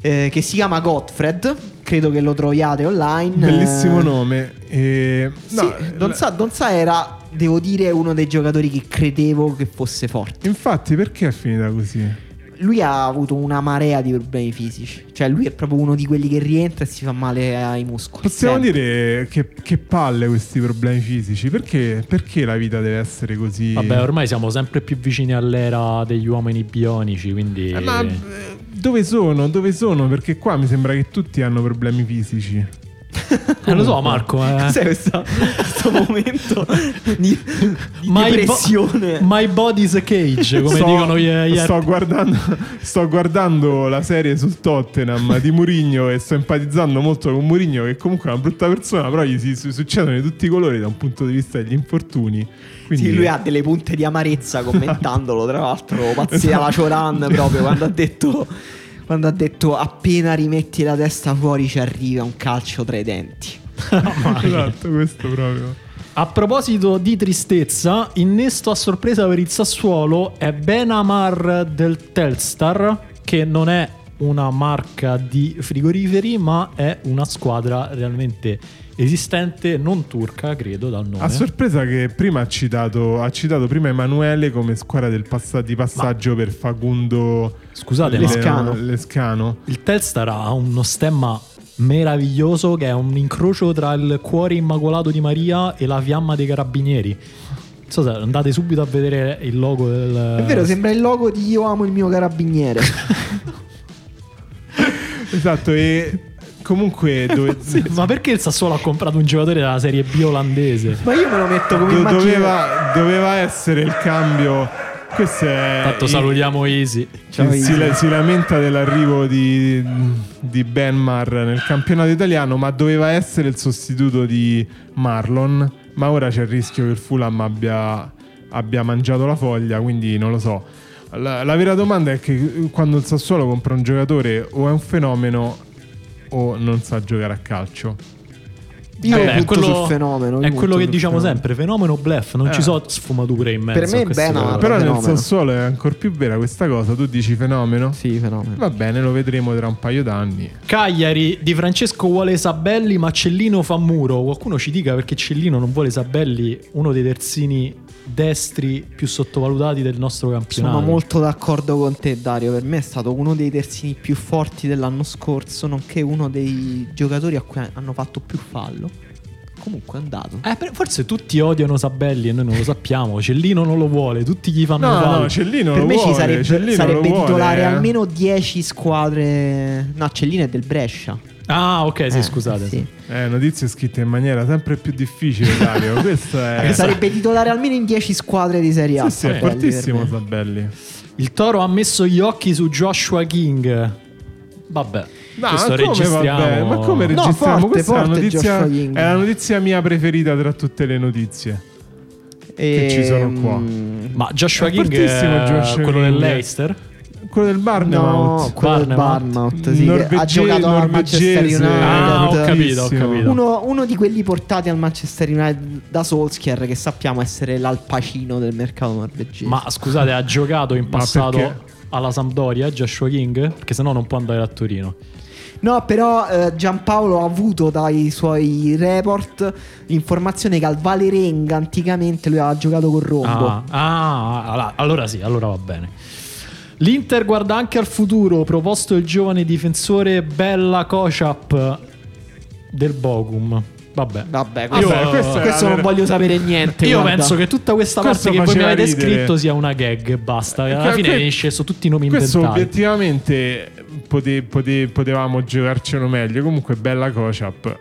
eh, che si chiama Gottfred, credo che lo troviate online.
Bellissimo
Eh,
nome. eh, E...
sì, Don Sa- Don Sa era, devo dire, uno dei giocatori che credevo che fosse forte.
Infatti, perché è finita così?
Lui ha avuto una marea di problemi fisici, cioè lui è proprio uno di quelli che rientra e si fa male ai muscoli.
Possiamo
sempre.
dire che, che palle questi problemi fisici? Perché, perché la vita deve essere così?
Vabbè, ormai siamo sempre più vicini all'era degli uomini bionici, quindi...
Eh, Ma eh, dove sono? Dove sono? Perché qua mi sembra che tutti hanno problemi fisici.
Eh, lo so Marco, eh.
Cos'è questo, *laughs* questo momento di, di
My bo-
depressione?
my body's a cage, come
sto,
dicono gli, gli
sto guardando, *laughs* sto guardando la serie sul Tottenham di Murigno e sto empatizzando molto con Murigno, che comunque è una brutta persona, però gli si, su- succedono di tutti i colori da un punto di vista degli infortuni. Quindi
Sì, lui ha delle punte di amarezza commentandolo, tra l'altro,
Esatto.
pazzia la Cioran proprio quando ha detto quando ha detto appena rimetti la testa fuori ci arriva un calcio tra i denti.
esatto, questo proprio.
A proposito di tristezza, innesto a sorpresa per il Sassuolo è Benamar del Telstar, che non è una marca di frigoriferi, ma è una squadra realmente esistente, non turca, credo, dal nome.
A sorpresa che prima ha citato, ha citato prima Emanuele come squadra del passa- di passaggio per Facundo
Scusate, ma
Lescano.
Lescano.
il Telstar ha uno stemma meraviglioso che è un incrocio tra il cuore immacolato di Maria e la fiamma dei carabinieri. Non so se andate subito a vedere il logo del...
È
Eh.
vero, sembra il logo di Io amo il mio
*laughs*
carabiniere.
Esatto, e
*laughs*
comunque dove-
Sì, ma perché il Sassuolo ha comprato un giocatore della Serie B olandese?
Ma io me lo metto come
do-
immagine.
doveva, doveva essere il cambio. Questo è.
Tanto
il-
salutiamo Easy.
Ciao,
il- si,
Isi.
si lamenta dell'arrivo di, di Benmar nel campionato italiano, ma doveva essere il sostituto di Marlon. Ma ora c'è il rischio che il Fulham abbia, abbia mangiato la foglia, quindi non lo so. La, la vera domanda è che quando il Sassuolo compra un giocatore o è un fenomeno o non sa giocare a calcio.
Io
Beh,
punto
quello-
sul fenomeno. io
È quello
punto
che
sul
diciamo
fenomeno. Eh.
sempre: fenomeno bluff, non ci sono sfumature in mezzo.
Per me
a
è
queste
bene,
cose.
ma-
Però nel
Ah, fenomeno.
Sassuolo è ancora più vera questa cosa. Tu dici fenomeno?
Sì, fenomeno.
Va bene, lo vedremo tra un paio d'anni.
Cagliari di Francesco vuole Sabelli, ma Cellino fa muro. Qualcuno ci dica perché Cellino non vuole Sabelli, uno dei terzini destri più sottovalutati del nostro
Sono
campionato.
molto d'accordo con te, Dario. Per me è stato uno dei terzini più forti dell'anno scorso, nonché uno dei giocatori a cui hanno fatto più fallo. Comunque è andato.
Eh, per- forse tutti odiano Sabelli e noi non lo sappiamo. Cellino non lo vuole, tutti gli fanno
No,
fallo.
no, Cellino
per
lo
me
vuole,
ci sarebbe,
Cellino
sarebbe
lo vuole,
titolare
eh.
almeno 10 squadre. No, Cellino è del Brescia.
Ah, ok, sì,
Eh,
scusate.
sì.
Eh, notizie scritte in maniera sempre più difficile,
*laughs*
Dario. Questo è.
Che sarebbe titolare almeno in 10 squadre di Serie A.
Sì, sì, è
Sabelli,
fortissimo
per me.
Sabelli.
Il toro ha messo gli occhi su Joshua King. Vabbè,
No,
questo
ma come,
registriamo.
vabbè, ma come
No,
registriamo?
forte,
Questa è, la
forte
notizia,
Joshua King.
è la notizia mia preferita tra tutte le notizie. Che ci sono qua.
Ehm,
Ma Joshua
È
King
fortissimo
è
Joshua
quello
King.
dell'Eister?
Quello del
No,
Barnemouth.
quello del
Barnemouth.
Barmouth sì, che ha
Norvegese-
giocato al Manchester
norvegese.
United.
Ah, ho capito, ho
Bellissimo.
capito.
Uno, uno di quelli portati al Manchester United da Solskjaer che sappiamo essere l'alpacino del mercato norvegese.
Ma scusate, ha giocato in passato
perché?
alla Sampdoria Joshua King? Perché sennò non può andare a Torino.
No, però eh, Giampaolo ha avuto dai suoi report l'informazione che al Valerenga anticamente lui aveva giocato con
Oh,
Rombo.
boh.
Ah, ah, allora- allora sì, allora va bene. L'Inter guarda anche al futuro, proposto il giovane difensore Bella Kocap del Bogum. Vabbè.
Vabbè,
Io-
questo,
questo è
questo
la
non
vera-
voglio sapere niente.
Io
guarda.
penso che tutta questa parte
Questo
che voi mi
faceva
avete
ridere.
scritto sia una gag e basta. Alla
Perché
fine
que-
esce su tutti i nomi
Questo
inventati.
obiettivamente pote- pote- potevamo giocarcelo meglio. Comunque, bella Kocap.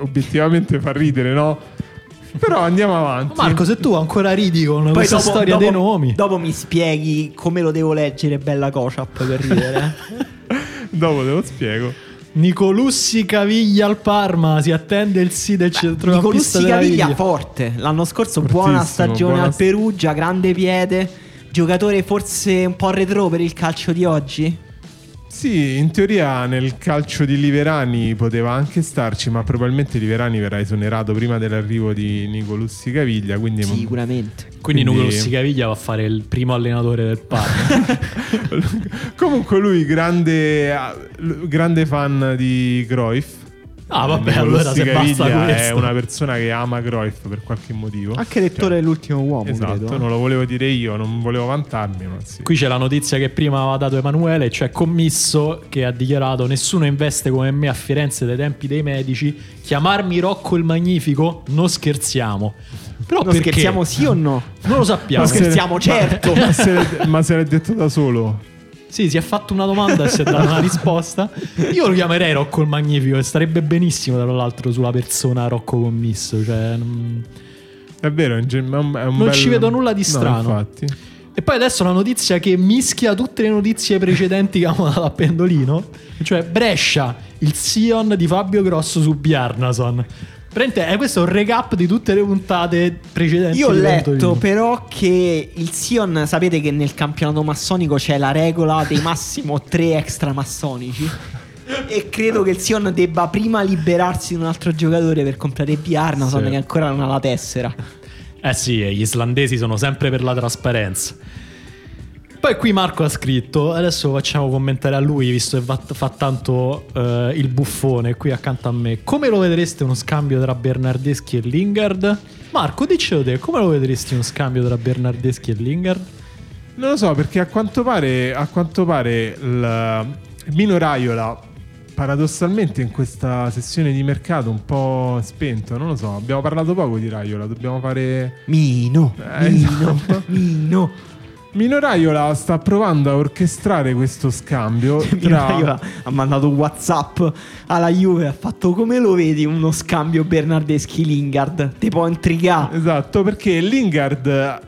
Obiettivamente fa ridere, no? Però andiamo avanti.
Marco, se tu ancora ridi con
Poi
questa
dopo-
storia
dopo-
dei nomi.
Dopo mi spieghi come lo devo leggere, bella Kocap per *laughs* ridere.
Dopo te lo spiego.
Nicolussi Caviglia al Parma, si attende il sì del centrocampista
Nicolussi
della
Caviglia
Viglia.
forte. L'anno scorso
Fortissimo,
buona stagione
buona-
al Perugia, grande piede, giocatore forse un po' retro per il calcio di oggi.
Sì, in teoria nel calcio di Liverani poteva anche starci, ma probabilmente Liverani verrà esonerato prima dell'arrivo di Nicolussi Caviglia. Quindi
Sicuramente.
Quindi
Quindi-
Nicolussi Caviglia va a fare il primo allenatore del Parma.
Comunque lui grande, ah, l- grande fan di Cruyff.
Ah, vabbè,
Nicola
allora se
Stigaviglia
basta
è
questo.
una persona che ama Cruyff per qualche motivo. Cioè,
Anche lettore dell'ultimo uomo,
esatto,
credo. eh.
non lo volevo dire io, non volevo vantarmi, ma sì.
Qui c'è la notizia che prima aveva dato Emanuele, cioè Commisso che ha dichiarato nessuno investe come me a Firenze dai tempi dei medici, chiamarmi Rocco il Magnifico, non scherziamo. Però
No,
perché?
scherziamo sì o no?
Non lo sappiamo.
No, scherziamo,
ma-
certo.
*laughs* Ma se, l'è- ma se l'è detto da solo.
Sì, si è fatto una domanda e si è data una risposta. Io lo chiamerei Rocco il Magnifico e starebbe benissimo tra l'altro sulla persona Rocco Commisso. Cioè, mm.
È vero, è un, ge- è un Non
ci vedo nulla di strano.
infatti.
E poi adesso una notizia che mischia tutte le notizie precedenti che *laughs* avevamo dato a Pendolino, cioè Brescia, il Sion di Fabio Grosso su Bjarnason. Prende, eh, questo è un recap di tutte le puntate precedenti.
Io ho
di
letto
Pendolino.
però che il Sion, sapete che nel campionato massonico c'è la regola dei massimo tre extra massonici. E credo che il Sion debba prima liberarsi di un altro giocatore per comprare Bjarnason
Sì.
che ancora non ha la tessera.
Eh sì, gli islandesi sono sempre per la trasparenza. Poi qui Marco ha scritto, adesso facciamo commentare a lui, visto che va- fa tanto eh, il buffone qui accanto a me. Come lo vedreste uno scambio tra Bernardeschi e Lingard? Marco, diccelo te, come lo vedresti uno scambio tra Bernardeschi e Lingard?
Non lo so perché a quanto pare, a quanto pare il Mino Raiola paradossalmente in questa sessione di mercato un po' spento, non lo so, abbiamo parlato poco di Raiola, dobbiamo fare...
Mino,
Eh,
Mino,
esatto.
Mino.
Mino Raiola sta provando a orchestrare questo
*laughs*
scambio
Mino
tra...
Raiola ha mandato un WhatsApp alla Juve. Ha fatto come lo vedi uno scambio Bernardeschi-Lingard. Ti può intrigare.
Esatto, perché Lingard eh,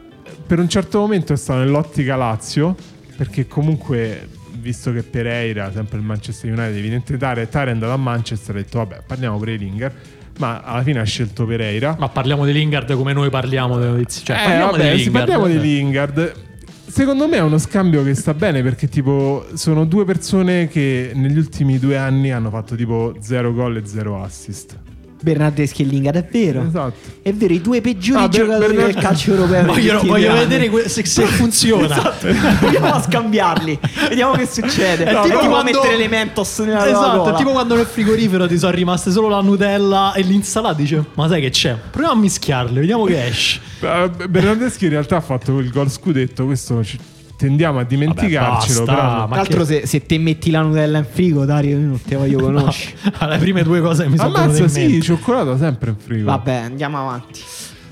per un certo momento è stato nell'ottica Lazio, perché comunque visto che Pereira, sempre il Manchester United, evidente Tare, Tare è andato a Manchester, ha detto vabbè parliamo pure di Lingard, ma alla fine ha scelto Pereira.
Ma parliamo di Lingard come noi parliamo delle notizie. Cioè,
Eh,
parliamo
vabbè,
di
sì,
Lingard. *laughs*
parliamo di Lingard. Secondo me è uno scambio che sta bene perché tipo sono due persone che negli ultimi due anni hanno fatto tipo 0 gol e 0 assist.
Bernardeschi e Lingard, è vero.
Esatto.
È vero, i due peggiori
Ah, Ber-
giocatori
Bernard-
del calcio europeo.
*laughs* Voglio,
negli ultimi
voglio
anni.
vedere que- se, *laughs* se funziona.
Proviamo a scambiarli. Vediamo che succede.
È
È tipo,
quando-
mettere le mentos nella tua
Esatto,
gola.
è tipo quando nel frigorifero ti sono rimaste solo la Nutella e l'insalata. Dice, ma sai che c'è? Proviamo a mischiarle, vediamo che
*laughs*
esce.
Eh, Bernardeschi in realtà ha fatto il gol scudetto, questo ci- tendiamo a dimenticarcelo.
basta,
però-
ma-
Tra l'altro,
che-
se, se te metti la Nutella in frigo, Dario, io non te voglio conoscere.
Alle prime due cose che mi sono venute
Ammazza,
in
sì,
mente.
cioccolato sempre in frigo.
Vabbè, andiamo avanti.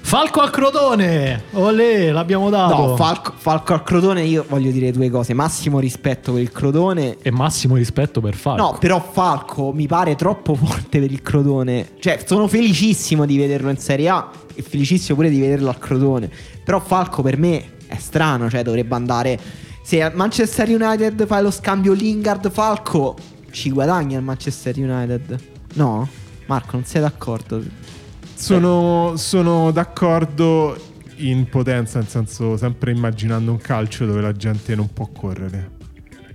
Falco al Crotone. Olè, l'abbiamo dato.
No, Falco, Falco al Crotone, io voglio dire due cose. Massimo rispetto per il Crotone.
e massimo rispetto per Falco.
No, però Falco mi pare troppo forte per il Crotone. Cioè, sono felicissimo di vederlo in Serie A e felicissimo pure di vederlo al Crotone. Però Falco per me è strano, cioè dovrebbe andare... Se al Manchester United fai lo scambio Lingard-Falco, ci guadagna il Manchester United. No? Marco, non sei d'accordo?
Sono, sono d'accordo in potenza, nel senso sempre immaginando un calcio dove la gente non può correre.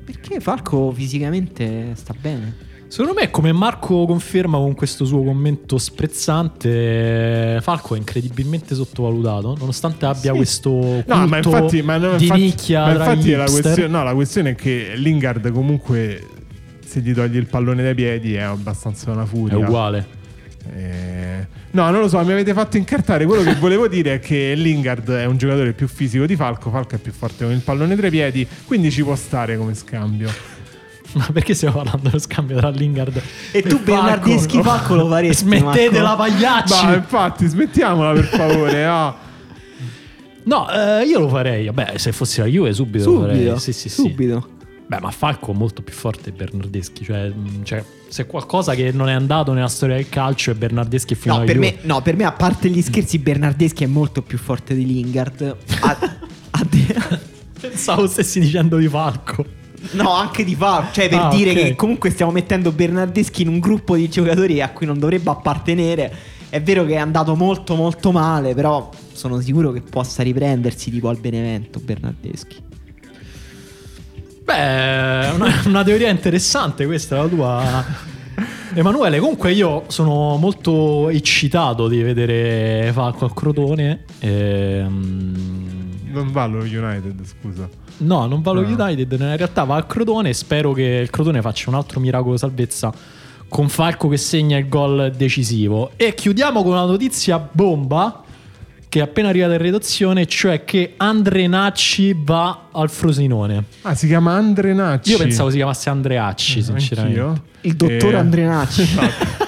Perché Falco fisicamente sta bene?
Secondo me, come Marco conferma con questo suo commento sprezzante, Falco è incredibilmente sottovalutato, nonostante abbia
Sì.
questo culto
No, ma infatti, ma no,
di
infatti-
nicchia
ma
tra
infatti
gli
la,
hipster.
questione, no, la questione è che Lingard comunque se gli togli il pallone dai piedi è abbastanza una
è
furia.
uguale.
Eh, no, non lo so, mi avete fatto incartare. Quello che volevo dire è che Lingard è un giocatore più fisico di Falco, Falco è più forte con il pallone tra i piedi, quindi ci può stare come scambio.
Ma perché stiamo parlando dello scambio tra Lingard
E tu,
Falco?
Bernardeschi, Falco lo faresti,
Smettete la
Marco?
pagliacci.
Ma infatti, smettiamola per favore. ah.
No, eh, io lo farei. Vabbè, se fossi la Juve, subito, lo
Subito,
farei. Sì, sì, sì.
subito.
Beh, ma Falco è molto più forte di Bernardeschi. Cioè, mh, cioè, se qualcosa che non è andato nella storia del calcio è Bernardeschi fino
No
alla
per,
Juve.
me, no, per me, a parte gli scherzi, Bernardeschi è molto più forte di Lingard. A- a de-
*laughs* Pensavo stessi dicendo di Falco.
no, anche di Falco. Cioè, per
Ah,
dire
ok.
che comunque stiamo mettendo Bernardeschi in un gruppo di giocatori a cui non dovrebbe appartenere. È vero che è andato molto, molto male, però sono sicuro che possa riprendersi tipo al Benevento Bernardeschi.
Beh, è una, una teoria interessante questa, la tua. Emanuele, comunque io sono molto eccitato di vedere Falco al Crotone. Ehm,
Non va lo United, scusa.
No, non va allo
No.
United, in realtà va al Crotone. Spero che il Crotone faccia un altro miracolo salvezza con Falco che segna il gol decisivo. E chiudiamo con una notizia bomba che è appena arrivata in redazione, cioè che Andrenacci va al Frosinone.
Ah, si chiama Andrenacci.
Io pensavo si chiamasse Andreacci,
Eh, Anch'io.
sinceramente.
Il dottor
Eh,
Andrenacci.
*laughs*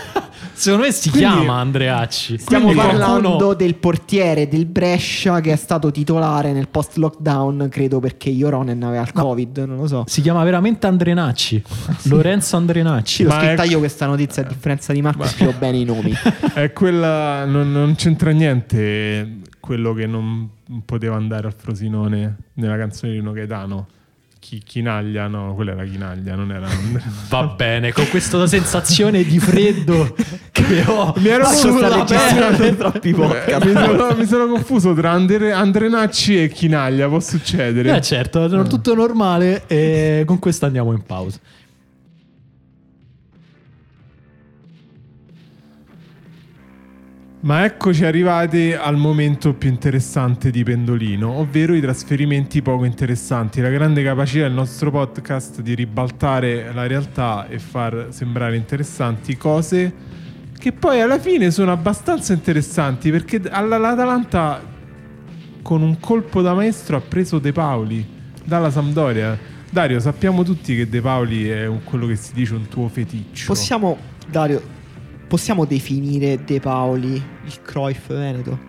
Secondo me si
Quindi-
chiama Andreacci.
Stiamo
Quindi
parlando
qualcuno-
del portiere del Brescia che è stato titolare nel post lockdown, credo perché Joronen aveva il Covid, non lo so.
Si chiama veramente *laughs* Andrenacci. Lorenzo Andrenacci.
Sì, l'ho
Ma
scritta
è-
ecco.
io questa
Eh,
notizia a differenza di Marco, scrivo bene i
*laughs*
*laughs*
nomi.
È Eh, quella. Non, non c'entra niente quello che non poteva andare al Frosinone nella canzone di Uno Gaetano. Chi, chinaglia, no, quella era Chinaglia, non era.
Va bene, con questa sensazione di *laughs* freddo che ho
Mi ero
sulla
confuso tra-
pelle.
troppi
Eh, mi, sono, mi sono confuso tra Andre- Andrenacci e Chinaglia, può succedere.
Eh certo, è tutto normale e con questo andiamo in pausa.
Ma eccoci arrivati al momento più interessante di Pendolino, ovvero i trasferimenti poco interessanti, la grande capacità del nostro podcast di ribaltare la realtà e far sembrare interessanti cose che poi alla fine sono abbastanza interessanti perché alla- l'Atalanta con un colpo da maestro ha preso De Paoli dalla Sampdoria. Dario, sappiamo tutti che De Paoli è un- quello che si dice un tuo feticcio.
Possiamo, Dario, possiamo definire De Paoli il Cruyff Veneto?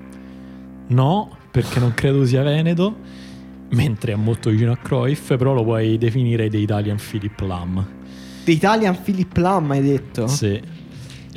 No, perché non credo sia Veneto, mentre è molto vicino a Cruyff, però lo puoi definire The Italian Philip Lam.
The Italian Philip Lam hai detto?
Sì. Eh.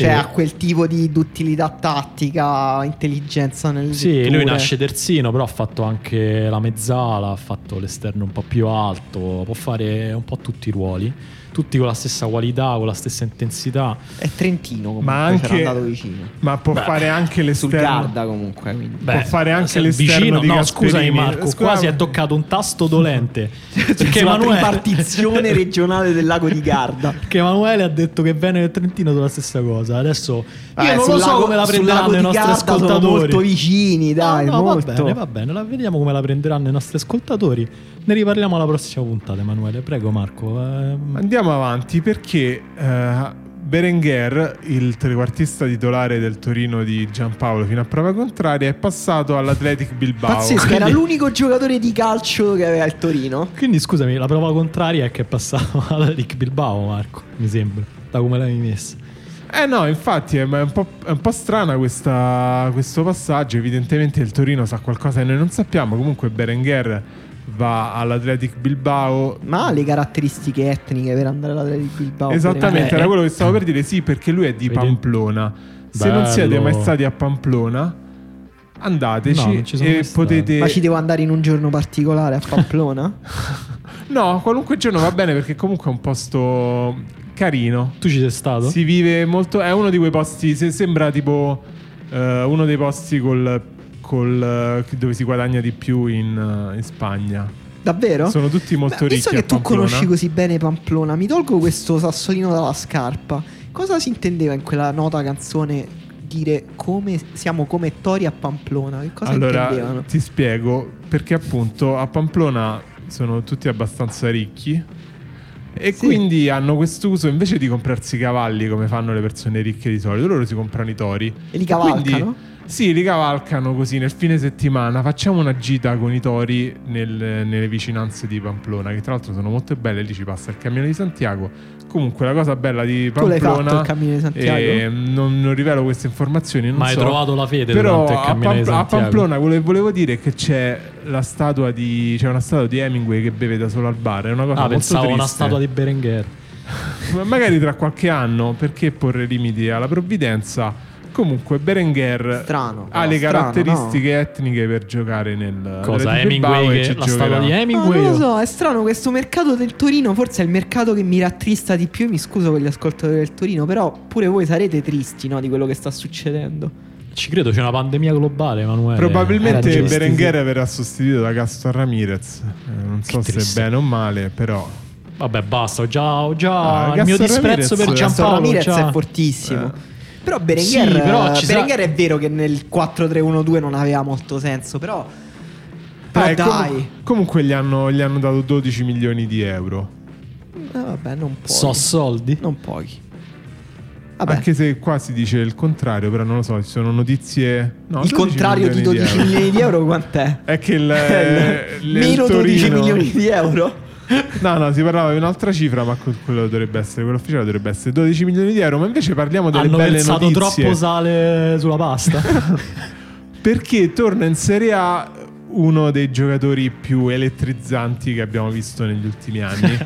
Cioè
E-
ha quel tipo di duttilità tattica, intelligenza nel
Sì, lui nasce terzino, però ha fatto anche la mezzala, ha fatto l'esterno un po' più alto, può fare un po' tutti i ruoli. tutti con la stessa qualità, con la stessa intensità.
È Trentino comunque,
Ma
sarà
anche,
andato vicino.
ma può fare anche
Sul
l'esterno.
Garda comunque, quindi.
Beh,
fare anche
se-
l'esterno
vicino,
di
No,
Gasperini.
scusami Marco,
Scusa- Cioè,
qua si è toccato un tasto
*laughs*
dolente. perché
Sulla
Emanuele, *laughs*
ripartizione regionale del lago di Garda.
perché Emanuele ha detto che Veneto e Trentino sono la stessa cosa. Adesso io
Eh,
non lo
sul
so
lago-
come la
sul
prenderanno
lago
i
di
nostri
Garda sono
ascoltatori.
molto vicini, dai,
No, no,
molto.
Va bene, va bene, la vediamo come la prenderanno i nostri ascoltatori. Ne riparliamo alla prossima puntata, Emanuele. Prego Marco. ehm,
Andiamo avanti perché eh, Berenguer, il trequartista titolare del Torino di Giampaolo fino a prova contraria, è passato all'Athletic Bilbao.
Pazzesco, era
Quindi-
l'unico giocatore di calcio che aveva il Torino.
Quindi scusami, la prova contraria è che è passato *laughs* alla Rick Bilbao, Marco, mi sembra, da come l'hai messa.
Eh no, infatti è ma è un po', è un po' strana questa- questo passaggio. Evidentemente il Torino sa qualcosa che noi non sappiamo. Comunque Berenguer va all'Athletic Bilbao.
Ma ha le caratteristiche etniche per andare alla di Bilbao.
Esattamente,
eh.
era quello che stavo per dire. Sì, perché lui è di
Vedi?
Pamplona. Se non
Bello.
siete mai stati a Pamplona, andateci
No, non ci sono mai
e
stato.
potete.
Ma ci devo andare in un giorno particolare a
*laughs*
Pamplona?
No, qualunque giorno va bene perché comunque è un posto carino.
Tu ci sei stato?
Si vive molto. È uno di quei posti. se- sembra tipo eh, uno dei posti col, col, eh, dove si guadagna di più in, eh, in Spagna.
Davvero?
Sono tutti molto
Beh, Visto
ricchi. a
che tu
Pamplona.
conosci così bene Pamplona, mi tolgo questo sassolino dalla scarpa. Cosa si intendeva in quella nota canzone dire come siamo come Tori a Pamplona? Che cosa
Allora,
intendevano?
ti spiego perché appunto a Pamplona sono tutti abbastanza ricchi e
Sì.
quindi hanno quest'uso invece di comprarsi i cavalli come fanno le persone ricche di solito, loro si comprano i tori.
E li cavalcano? Ah,
Quindi, sì, li cavalcano così nel fine settimana, facciamo una gita con i tori nel- nelle vicinanze di Pamplona, che tra l'altro sono molto belle, lì ci passa il Cammino di Santiago. Comunque la cosa bella di
Tu l'hai
Pamplona...
fatto il Cammino di Santiago?
eh, non, non rivelo queste informazioni, non
Ma hai
so.
trovato la fede
Però
durante il
a,
cammino di
Pam- a
Santiago.
Pamplona quello che volevo dire è che c'è la statua di c'è una statua di Hemingway che beve da solo al bar, è una cosa
Ah,
molto
pensavo a una
triste.
statua di Berenguer.
Ma magari tra qualche anno perché porre limiti alla provvidenza. Comunque Berenguer
Strano,
ha
no,
le
strano,
caratteristiche etniche per giocare nel
Cosa?
nel Bilbao
Hemingway?
e
Che,
ci
la statua
giocherà.
di
Ah,
Hemingway?
non lo
o-
so, è strano questo mercato del Torino, forse è il mercato che mi rattrista di più, mi scuso con gli ascoltatori del Torino, però pure voi sarete tristi no, di quello che sta succedendo.
Ci credo, c'è una pandemia globale, Emanuele.
Probabilmente
Era giusto, sì.
Berenguer verrà sostituito da Gaston Ramirez. Eh, non so se
triste.
bene o male, però
Vabbè, basta, ho già, ho già
Ah, eh.
il mio
Gaston
disprezzo
Ramirez-
per
Gaston
Gaston
Giampaolo.
Ramirez
già-
è fortissimo.
Eh.
Però Berenguer,
Sì, però ci
Berenguer
sa-
è vero che nel 4-3-1-2 non aveva molto senso, però... però
Eh,
Ah, e
dai,
comu- comunque gli hanno, gli hanno dato 12 milioni di euro.
Eh, vabbè, non pochi.
So soldi.
Non pochi. Vabbè,
Anche se qua si dice il contrario, però non lo so, ci sono notizie... no,
il
12
contrario di 12
euro.
milioni di euro
*laughs*
quant'è?
È che il... il- il
*laughs* Meno 12
Torino-
milioni di euro?
No, no, si parlava di un'altra cifra, ma que- quello dovrebbe essere, quello ufficiale dovrebbe essere 12 milioni di euro, ma invece parliamo delle
Hanno
belle
versato
notizie.
troppo sale sulla
*laughs*
pasta.
Perché torna in Serie A uno dei giocatori più elettrizzanti che abbiamo visto negli
*laughs*
ultimi anni.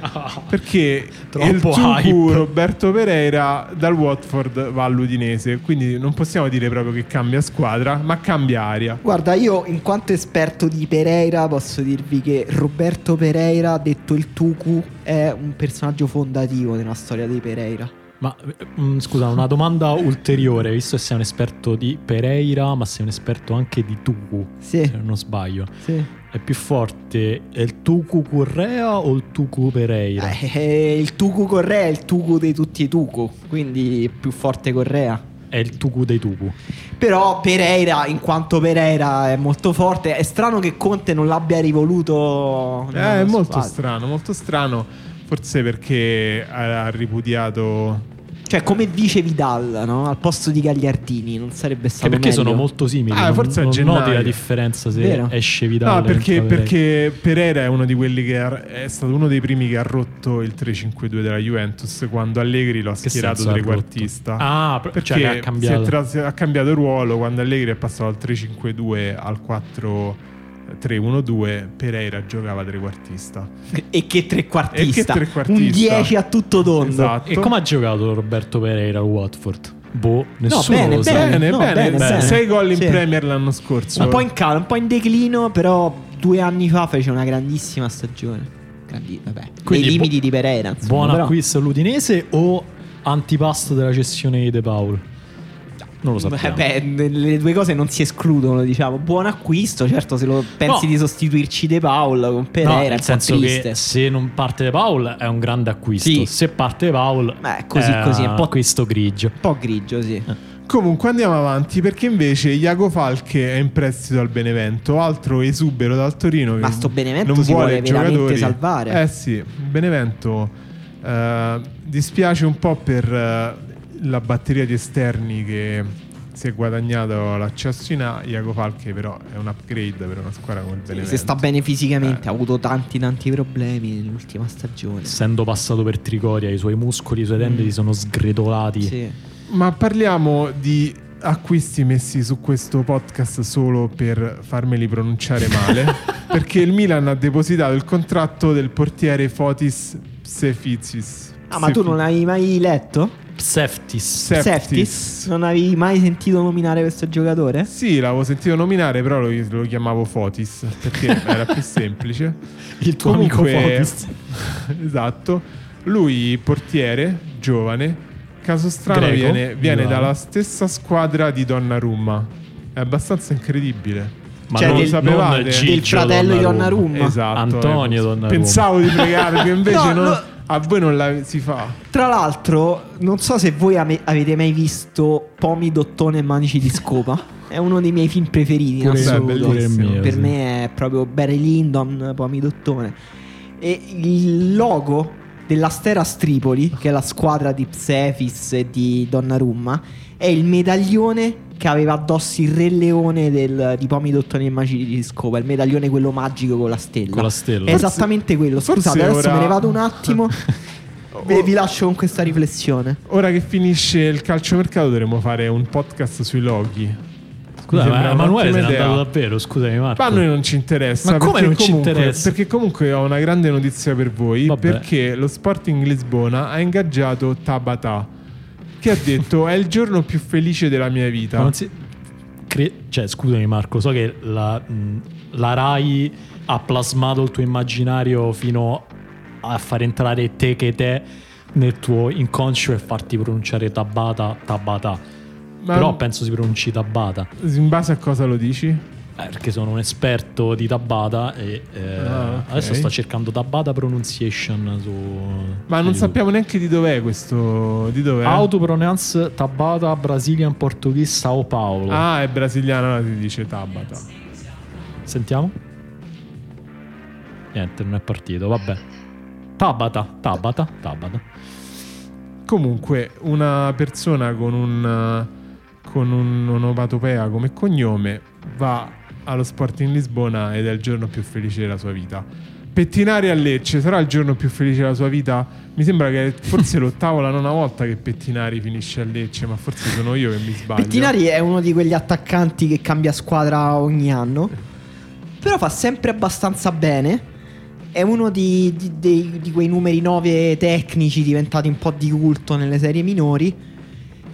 perché
Troppo
il Tucu
hype.
Roberto Pereira dal Watford va all'Udinese, quindi non possiamo dire proprio che cambia squadra, ma cambia aria.
Guarda, io in quanto esperto di Pereira posso dirvi che Roberto Pereira, detto il Tucu, è un personaggio fondativo nella storia dei Pereira.
Ma mm, scusa, una domanda ulteriore, visto che sei un esperto di Pereira, ma sei un esperto anche di Tucu, se
Sì,
non sbaglio.
sì.
È più forte è il Tucu Correa o il Tucu Pereira?
Eh, il Tucu Correa è il Tucu di tutti i Tucu, quindi è più forte Correa.
È il Tucu dei Tucu.
Però Pereira, in quanto Pereira è molto forte, è strano che Conte non l'abbia rivoluto.
Eh,
nella
è molto
squadra.
strano, molto strano, forse perché ha ha ripudiato
Cioè, come dice Vidal, no? Al posto di Gagliardini, non sarebbe stato
Che perché
meglio.
sono molto simili.
Ah,
non-
forse a
non
gennaio.
noti la differenza se
Vero.
esce Vidal.
No,
e
perché,
entra Pereira.
perché Pereira è uno di quelli che ha- è stato uno dei primi che ha rotto il 3-5-2 della Juventus quando Allegri lo ha
Che
schierato
senso ha
trequartista.
rotto? Ah, per-
perché
cioè che ha cambiato.
si è tra- si è- ha cambiato ruolo quando Allegri è passato dal 3-5-2 al 4-3-1-2, Pereira giocava trequartista.
E che trequartista.
E che trequartista.
Un 10 a tutto tondo.
Esatto.
E come ha giocato Roberto Pereira al Watford? Boh, nessuno
bene,
lo sa.
bene.
Bene,
No,
bene,
bene,
bene.
bene.
Sei gol in
Sì.
Premier l'anno scorso.
Un po' in calo, un po' in declino, però due anni fa fece una grandissima stagione. Grandi, vabbè.
Quindi
Nei
bu-
limiti di Pereira. insomma,
Buon
però-
acquisto l'Udinese o antipasto della cessione di De Paul? Non lo sappiamo.
Beh, beh, le due cose non si escludono, diciamo. Buon acquisto, certo, se lo pensi
No.
di sostituirci De Paul con
No,
Pereira, è un
nel
po'
senso
triste.
che se non parte De Paul è un grande acquisto.
Sì.
Se parte De Paul
Beh, così, così, è un
un
po'
acquisto grigio.
Un po' grigio,
Eh,
sì.
Comunque andiamo avanti perché invece Iago Falche è in prestito al Benevento, altro esubero dal Torino. che
Ma sto Benevento
non
si
vuole
vuole veramente
giocatori.
salvare.
Eh sì, il Benevento eh, dispiace un po' per eh, la batteria di esterni che si è guadagnato l'accesso in A. Iago Falche però è un upgrade per una squadra come il Benevento.
Se sta bene fisicamente,
Eh.
ha avuto tanti, tanti problemi nell'ultima stagione.
Essendo passato per Trigoria, i suoi muscoli, i suoi tendini sono sgretolati.
Mm. Sì.
Ma parliamo di acquisti messi su questo podcast solo per farmeli pronunciare male, perché il Milan ha depositato il contratto del portiere Fotis Sefizis.
Ah, ma tu non avevi mai letto?
Seftis.
Seftis.
Seftis? Non avevi mai sentito nominare questo giocatore?
Sì, l'avevo sentito nominare, però lo, lo chiamavo Fotis perché era
*laughs*
più semplice.
Il tuo amico Fotis.
*laughs* esatto. Lui, portiere, giovane. Caso strano,
Greco,
viene, viene
Milano.
dalla stessa squadra di Donnarumma. È abbastanza incredibile.
Ma
Cioè,
non
del-
lo sapevate.
del
Ciccio
fratello di Donnarumma.
Esatto.
Antonio
eh,
Donnarumma.
Pensavo di pregarvi, invece
No,
no,
no.
a voi non la si fa.
Tra l'altro, non so se voi ame- avete mai visto Pomi, Dottone e Manici di Scopa. È uno dei miei film preferiti. in
Pure- beh,
assoluto.
bellissimo.
Pure il mio,
per
sì.
me è proprio Barry Lyndon, Pomi, Dottone. E il logo dell'Astera Stripoli, che è la squadra di Psefis e di Donnarumma, è il medaglione che aveva addosso il Re Leone del- di Pomi, Dottone e Manici di Scopa. Il medaglione quello magico con la stella.
Con la stella.
È esattamente quello.
forse
Scusate, adesso
ora-
me ne vado un
*laughs*
attimo. Ve- vi lascio con questa riflessione.
Ora che finisce il calciomercato dovremo fare un podcast sui loghi.
Scusa,
Mi
ma
sembra
Emanuele se
un'ottima
n'è
idea.
andato davvero, scusami Marco.
Ma a noi non ci interessa.
Ma come
perché
non ci
comunque-
interessa?
Perché comunque ho una grande notizia per voi.
Vabbè.
Perché lo Sporting Lisbona ha ingaggiato Tabata, che ha detto è il giorno più felice della mia
Ma
vita.
non si- cre- Cioè, scusami Marco, so che la, mh, la Rai ha plasmato il tuo immaginario fino a far entrare te che te nel tuo inconscio e farti pronunciare Tabata, Tabata.
Ma-
Però penso si pronunci Tabata,
In base a cosa lo dici?
eh, perché sono un esperto di Tabata e eh,
Ah, ok.
adesso sto cercando Tabata pronunciation su... su
Ma non eh.
YouTube.
sappiamo neanche di dov'è questo. Di dov'è?
Autopronounce Tabata Brazilian Portuguese Sao Paulo.
Ah, è brasiliano, allora si dice Tabata.
Sentiamo. Niente, non è partito, vabbè. Tabata, Tabata, Tabata.
Comunque, una persona con un eh, con un'onomatopea come cognome va allo Sporting Lisbona ed è il giorno più felice della sua vita. Pettinari a Lecce sarà il giorno più felice della sua vita? Mi sembra che
*laughs*
forse è l'ottava o la nona volta che Pettinari finisce a Lecce, ma forse sono io che mi sbaglio.
Pettinari è uno di quegli attaccanti che cambia squadra ogni anno, però fa sempre abbastanza bene. È uno di, di- dei- di quei numeri 9 tecnici diventati un po' di culto nelle serie minori.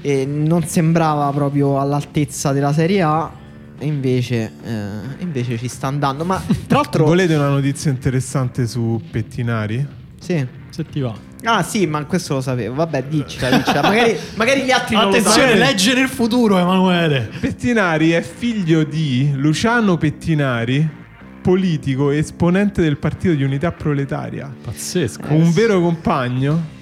E non sembrava proprio all'altezza della Serie A, e invece, eh, invece ci sta andando. Ma
*laughs*
tra l'altro.
Volete una notizia interessante su Pettinari?
Sì.
Se ti va.
Ah sì, ma questo lo sapevo. Vabbè, diccela, diccela.
*laughs*
Magari, magari gli altri non lo
Attenzione,
sanno.
legge nel futuro, Emanuele.
Pettinari è figlio di Luciano Pettinari, politico e esponente del Partito di Unità Proletaria.
Pazzesco.
Un vero compagno?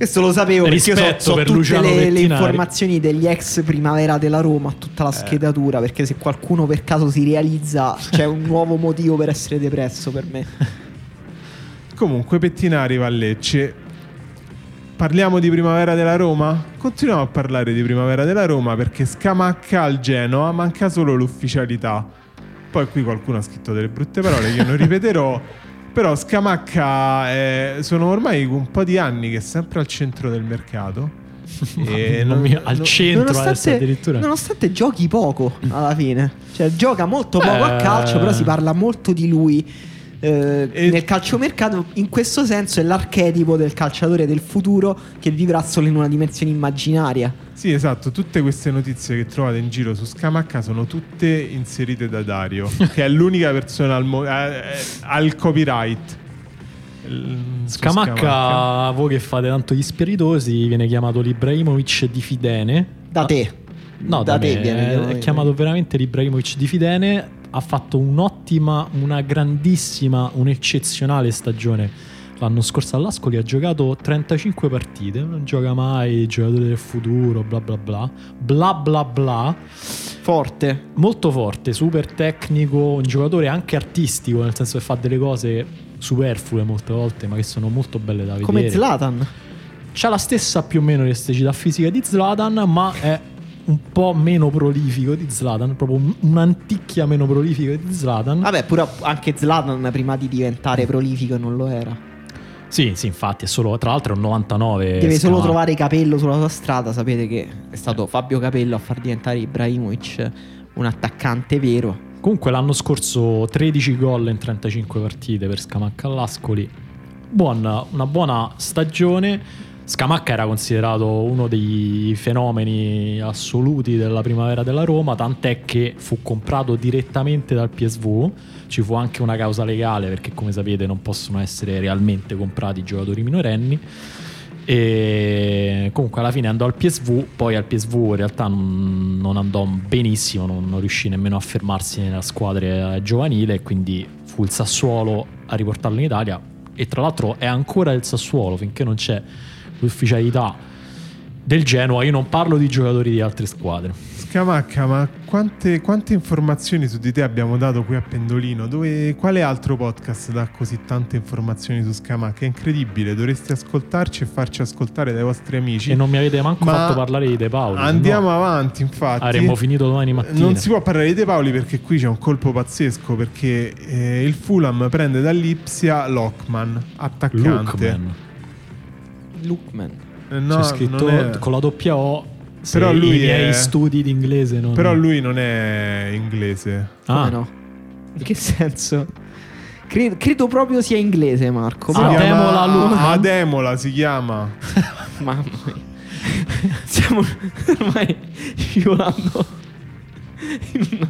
Questo lo sapevo perché io so,
Rispetto
so
per
tutte
Luciano
le, le
Pettinari. Eh.
informazioni degli ex primavera della Roma, tutta la schedatura, perché se qualcuno per caso si realizza c'è un nuovo motivo per essere depresso per
*laughs*
me.
Comunque Pettinari va a Lecce. Parliamo di primavera della Roma? Continuiamo a parlare di primavera della Roma perché Scamacca al Genoa manca solo l'ufficialità. Poi qui qualcuno ha scritto delle brutte parole che io non *laughs* ripeterò. Però Scamacca eh, sono ormai un po' di anni che è sempre al centro del mercato. E
Mamma
non-
mia, al
non-
centro adesso addirittura.
nonostante giochi poco alla fine, cioè gioca molto poco a
Eh.
calcio, però si parla molto di lui. eh,
E-
Nel calciomercato, in questo senso, è l'archetipo del calciatore del futuro che vivrà solo in una dimensione immaginaria.
Sì, esatto, tutte queste notizie che trovate in giro su Scamacca sono
*laughs*
tutte inserite da Dario, che è l'unica persona al, mo- eh, eh, al copyright. l- su
Scamacca,
Scamacca.
voi che fate tanto gli spiritosi, viene chiamato l'Ibrahimovic di Fidene.
Da te.
No,
Da
da,
te
me,
viene
eh,
chiamato-
è chiamato veramente l'Ibrahimovic di Fidene. Ha fatto un'ottima, una grandissima, un'eccezionale stagione l'anno scorso all'Ascoli. Ha giocato 35 partite, non gioca mai, giocatore del futuro, bla bla bla. Bla bla bla.
Forte.
Molto forte, super tecnico, un giocatore anche artistico, nel senso che fa delle cose superflue molte volte, ma che sono molto belle da vedere.
Come Zlatan.
C'ha la stessa più o meno elasticità fisica di Zlatan, ma è un po' meno prolifico di Zlatan, proprio un- un'anticchia meno prolifica di Zlatan.
Vabbè, pure anche Zlatan prima di diventare prolifico non lo era.
Sì, sì, infatti, è solo, tra l'altro è un 99.
Deve solo
Scamacca.
trovare Capello sulla sua strada. Sapete che è stato Fabio Capello a far diventare Ibrahimovic un attaccante vero.
Comunque l'anno scorso 13 gol in 35 partite per Scamacca all'Ascoli. Buona, una buona stagione. Scamacca era considerato uno dei fenomeni assoluti della primavera della Roma, tant'è che fu comprato direttamente dal PSV. Ci fu anche una causa legale perché come sapete non possono essere realmente comprati giocatori minorenni. E comunque alla fine andò al PSV, poi al PSV in realtà non non andò benissimo, non, non riuscì nemmeno a fermarsi nella squadra eh, giovanile, quindi fu il Sassuolo a riportarlo in Italia e tra l'altro è ancora il Sassuolo finché non c'è l'ufficialità del Genoa, io non parlo di giocatori di altre squadre.
Scamacca, ma quante, quante informazioni su di te abbiamo dato qui a Pendolino? Dove, quale altro podcast dà così tante informazioni su Scamacca? È incredibile, dovresti ascoltarci e farci ascoltare dai vostri amici.
E non mi avete manco
Ma
fatto parlare di De Paolo. se no
Andiamo avanti, infatti.
Avremmo finito domani mattina.
Non si può parlare di De Paoli perché qui c'è un colpo pazzesco perché eh, il Fulham prende dall'Ipsia Lockman, attaccante.
Lookman.
Lookman.
Eh, no,
c'è scritto
non è-
con la doppia O. se
Però lui
i miei
è-
studi di inglese non...
Però lui non è inglese.
Ah.
Come no? In che senso? Cre- credo proprio sia inglese, Marco.
Ah,
però-
beh. Ademola Lookman.
Ademola si chiama.
Mamma mia. *laughs* Stiamo ormai scivolando in un-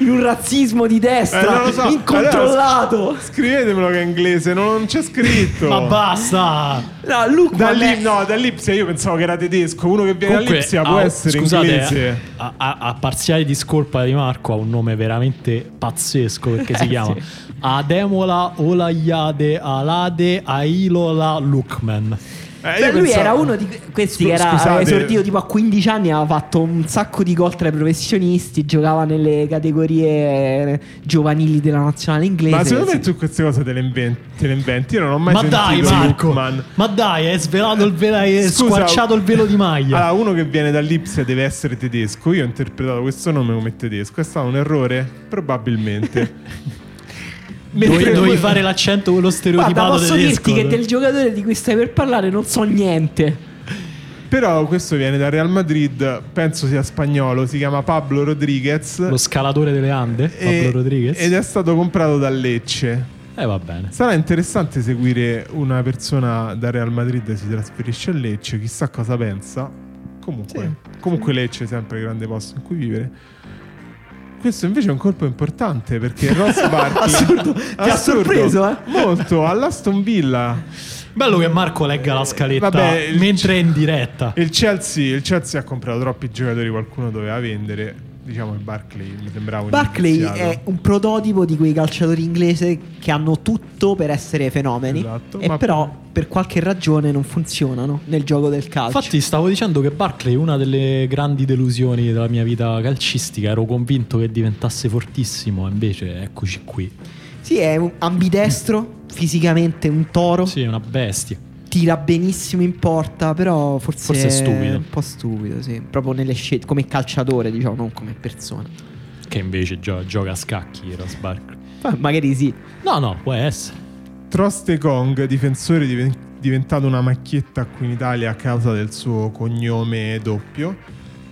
in un razzismo di
Eh,
destra
non lo so.
incontrollato.
Scrivetemelo che è inglese, non, non
*laughs*
c'è scritto.
Ma basta!
No, Lookman
Da
è-
lì- no, dall'Ipsia io pensavo che era tedesco. Uno che viene
Comunque,
dall'Ipsia
ha-
può essere
scusate, eh.
inglese.
A, a- a parziale di scolpa di Marco ha un nome veramente pazzesco
*laughs*
perché si chiama Ademola Olaiade Alade Ailola Lukman.
Eh,
Beh,
io
lui
pensavo-
era uno di questi che
Scu-
era
scusate.
aveva esordito tipo a 15 anni, aveva fatto un sacco di gol tra i professionisti, giocava nelle categorie giovanili della nazionale inglese.
Ma secondo me tu queste cose te le inventi. Te le inventi. Io non ho mai
Ma
sentito
dai Marco,
Lookman.
ma dai, hai svelato il velo, hai
Scusa, ah,
squarciato il velo di maglia.
Allora, uno che viene dall'Ipsia deve essere tedesco. Io ho interpretato questo nome come tedesco. È stato un
*laughs*
errore? Probabilmente.
Dovevi,
mentre-
dovevi fare l'accento quello
Guarda,
stereotipato
posso
tedesco.
dirti
eh.
che del giocatore di cui stai per parlare non so niente.
Però questo viene dal Real Madrid, penso sia spagnolo, si chiama Pablo Rodriguez.
Lo scalatore delle Ande,
E-
Pablo Rodriguez.
Ed è stato comprato da Lecce.
E va bene.
Sarà interessante seguire una persona da Real Madrid che si trasferisce a Lecce, chissà cosa pensa. Comunque, comunque Lecce è sempre il grande posto in cui vivere. Questo invece è un colpo importante
*laughs*
perché Ross Barkley
Assurdo, ti ha
Assurdo.
sorpreso, eh?
Molto all'Aston Villa.
Bello che Marco legga la scaletta
Vabbè, il-
mentre è in diretta.
Il Chelsea, il Chelsea ha comprato troppi giocatori, qualcuno doveva vendere. Diciamo il Barkley mi sembrava un
Barclay
indiziato.
è un prototipo di quei calciatori inglese che hanno tutto per essere fenomeni
Esatto,
e
ma-
però per qualche ragione non funzionano nel gioco del calcio.
Infatti stavo dicendo che Barclay è una delle grandi delusioni della mia vita calcistica, ero convinto che diventasse fortissimo, invece eccoci qui.
Sì, è un ambidestro, fisicamente un toro,
Sì, è una bestia.
tira benissimo in porta, però forse,
Forse è stupido.
Un po' stupido, sì. Proprio nelle scelte, come calciatore, diciamo, non come persona.
Che invece gio- gioca a scacchi Ross Barkley.
Ma magari sì.
No, no, può essere.
Troste Kong, difensore diven- diventato una macchietta qui in Italia a causa del suo cognome doppio,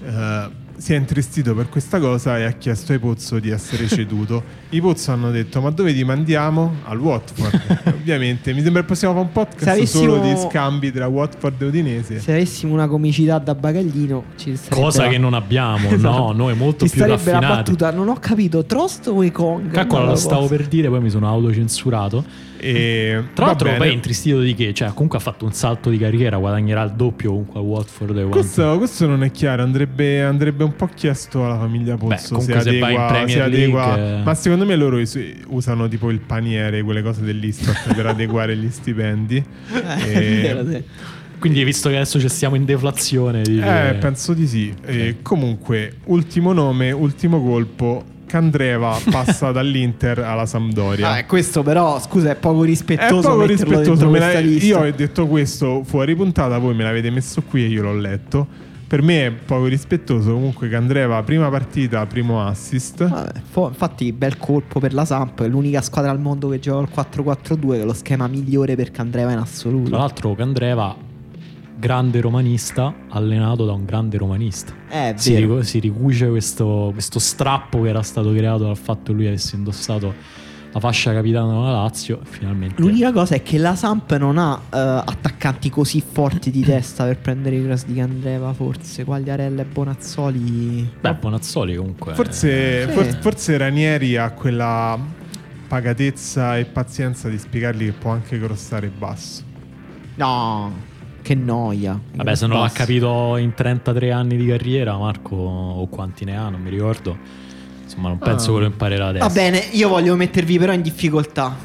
eh, si è intristito per questa cosa e ha chiesto ai Pozzo di essere ceduto. I Pozzo hanno detto: Ma dove ti mandiamo? Al Watford.
*laughs*
Ovviamente, mi sembra che possiamo fare un
Se
podcast
avessimo-
solo di scambi tra Watford e Udinese.
Se avessimo una comicità da bagaglino, ci sarebbe
Cosa
la- *laughs*
che non abbiamo,
Esatto.
no, noi molto
Ci
più
sarebbe la
raffinati.
battuta, non ho capito, Trost o Ekong?
Caccola,
Non
lo
la
stavo
posso-
per dire, poi mi sono autocensurato.
E
Tra
va
l'altro,
bene.
poi è intristito di che? Cioè, comunque ha fatto un salto di carriera, guadagnerà il doppio comunque a Watford e quanto.
Questo, questo non è chiaro, andrebbe, andrebbe un po' chiesto alla famiglia Pozzo
comunque
se,
se vai in
adegua,
Premier
se adegua-
League, eh.
Ma secondo me loro us- usano tipo il paniere, quelle cose
*laughs*
dell'Istat per adeguare gli stipendi. E-
Eh, *laughs* Vero, sì.
Eh, Quindi, visto che adesso ci stiamo in deflazione, dici-
Eh, penso di sì. E comunque, ultimo nome, ultimo colpo. Candreva
*laughs*
passa dall'Inter alla Sampdoria.
Ah, questo però, scusa, è poco
È
rispettoso.
poco
metterlo
rispettoso.
dentro
me la-
questa lista.
io ho detto questo fuori puntata, voi me l'avete messo qui e io l'ho letto. Per me è poco rispettoso. Comunque, Candreva, prima partita, primo assist.
Vabbè, fo- infatti, bel colpo per la Samp. È l'unica squadra al mondo che gioca al 4-4-2, che è lo schema migliore per Candreva in assoluto.
Tra l'altro, Candreva, grande romanista, allenato da un grande romanista.
Eh, è
Si,
vero.
ricu- si ricuce questo, questo strappo che era stato creato dal fatto che lui avesse indossato la fascia capitana della Lazio. e Finalmente.
L'unica cosa è che la Samp non ha eh, attaccanti così forti di testa per prendere i cross di Candreva, forse. Quagliarella e Bonazzoli.
Beh, Bonazzoli comunque.
Forse,
sì.
for- forse Ranieri ha quella pagatezza e pazienza di spiegargli che può anche crossare basso.
No, che noia.
Vabbè, se non l'ha
Basta.
capito in 33 anni di carriera, Marco, o quanti ne ha, non mi ricordo. Insomma, non
Ah.
penso che lo imparerà adesso.
Va bene, io voglio mettervi però in difficoltà.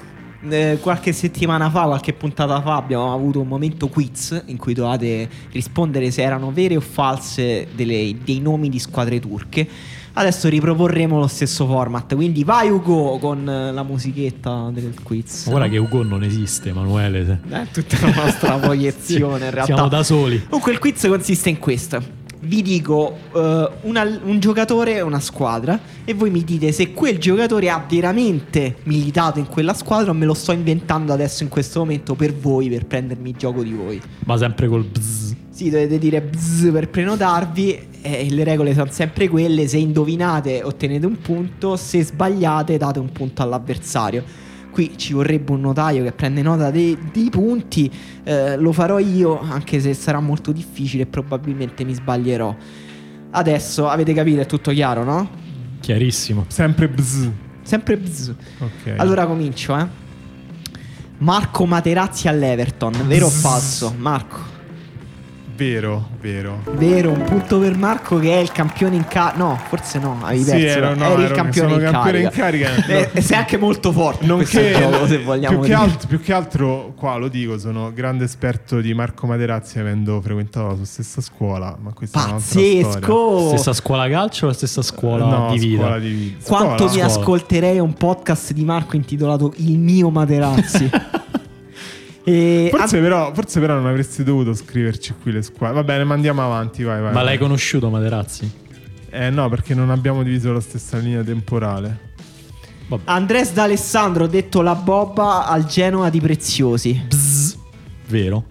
Eh, qualche settimana fa, qualche puntata fa, abbiamo avuto un momento quiz in cui dovevate rispondere se erano vere o false delle- dei nomi di squadre turche. Adesso riproporremo lo stesso format. Quindi vai Ugo con eh, la musichetta del quiz.
Ma Guarda che Ugo non esiste, Emanuele. se-
Eh, tutta la
*laughs*
nostra *laughs* proiezione in realtà.
Siamo da soli.
Comunque il quiz consiste in questo. Vi dico eh, una- un giocatore e una squadra e voi mi dite se quel giocatore ha veramente militato in quella squadra o me lo sto inventando adesso in questo momento per voi, per prendermi il gioco di voi.
Ma sempre col bzz.
Sì, dovete dire bzz per prenotarvi eh, e le regole sono sempre quelle, se indovinate ottenete un punto, se sbagliate date un punto all'avversario. Qui ci vorrebbe un notaio che prende nota dei, dei punti, eh, lo farò io anche se sarà molto difficile e probabilmente mi sbaglierò. Adesso avete capito, è tutto chiaro, no?
Chiarissimo.
Sempre bzz.
Sempre bzz.
Ok.
Allora comincio, eh. Marco Materazzi all'Everton, vero o
Bzz.
falso? Marco.
Vero, vero.
Vero, un punto per Marco che è il campione in carica. No, forse no, avevi
Sì,
perso.
ero- no,
eri il
ero-
campione in,
sono campione in
carica. *laughs*
carica.
E- e sei anche molto forte. in questo
Nonché,
gioco, se
più
vogliamo
che
dire.
alt- più che altro, qua lo dico, sono grande esperto di Marco Materazzi avendo frequentato la sua stessa scuola, ma questa è un'altra storia.
Pazzesco!
Stessa scuola calcio o la stessa scuola
no,
di vita?
scuola di vita.
Quanto mi
Scuola.
ascolterei un podcast di Marco intitolato Il mio
*laughs*
Materazzi. e
Forse però, forse però non avresti dovuto scriverci qui le squadre. Va bene, ma andiamo avanti, vai, vai.
Ma l'hai conosciuto, Materazzi?
Eh no, perché non abbiamo diviso la stessa linea temporale.
Andres D'Alessandro, detto la bobba al Genoa di Preziosi.
Bzz. Vero?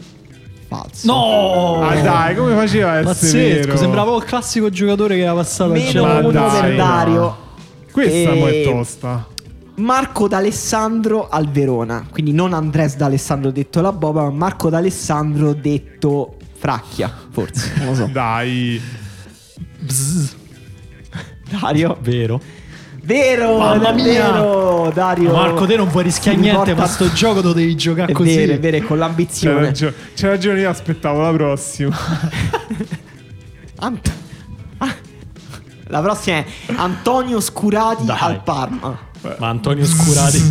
Falso.
No!
Oh.
Ah dai, come faceva a essere
Pazzesco,
vero?
sembrava il classico giocatore che era passato al
Ah, Meno
Ma
Genoa.
uno per
dai,
Dario.
no. Questa mo è
E-
tosta.
Marco D'Alessandro al Verona. Quindi non Andres D'Alessandro detto la Boba, ma Marco D'Alessandro detto Fracchia, forse.
*laughs*
*laughs* Non lo so.
Dai.
Bzz.
Dario.
Vero?
Vero,
Mamma
è vero, Dario.
Ma Marco, te non vuoi rischiare
Si
niente,
riporta-
ma sto gioco lo devi giocare
È
così.
vero, è vero, è con
C'è
l'ambizione.
ragione, c'è ragione, io aspettavo
*laughs*
la prossima. cioè.
Ant- Ah. La prossima è Antonio Scurati
Dai.
al Parma.
Ma Antonio Scurati,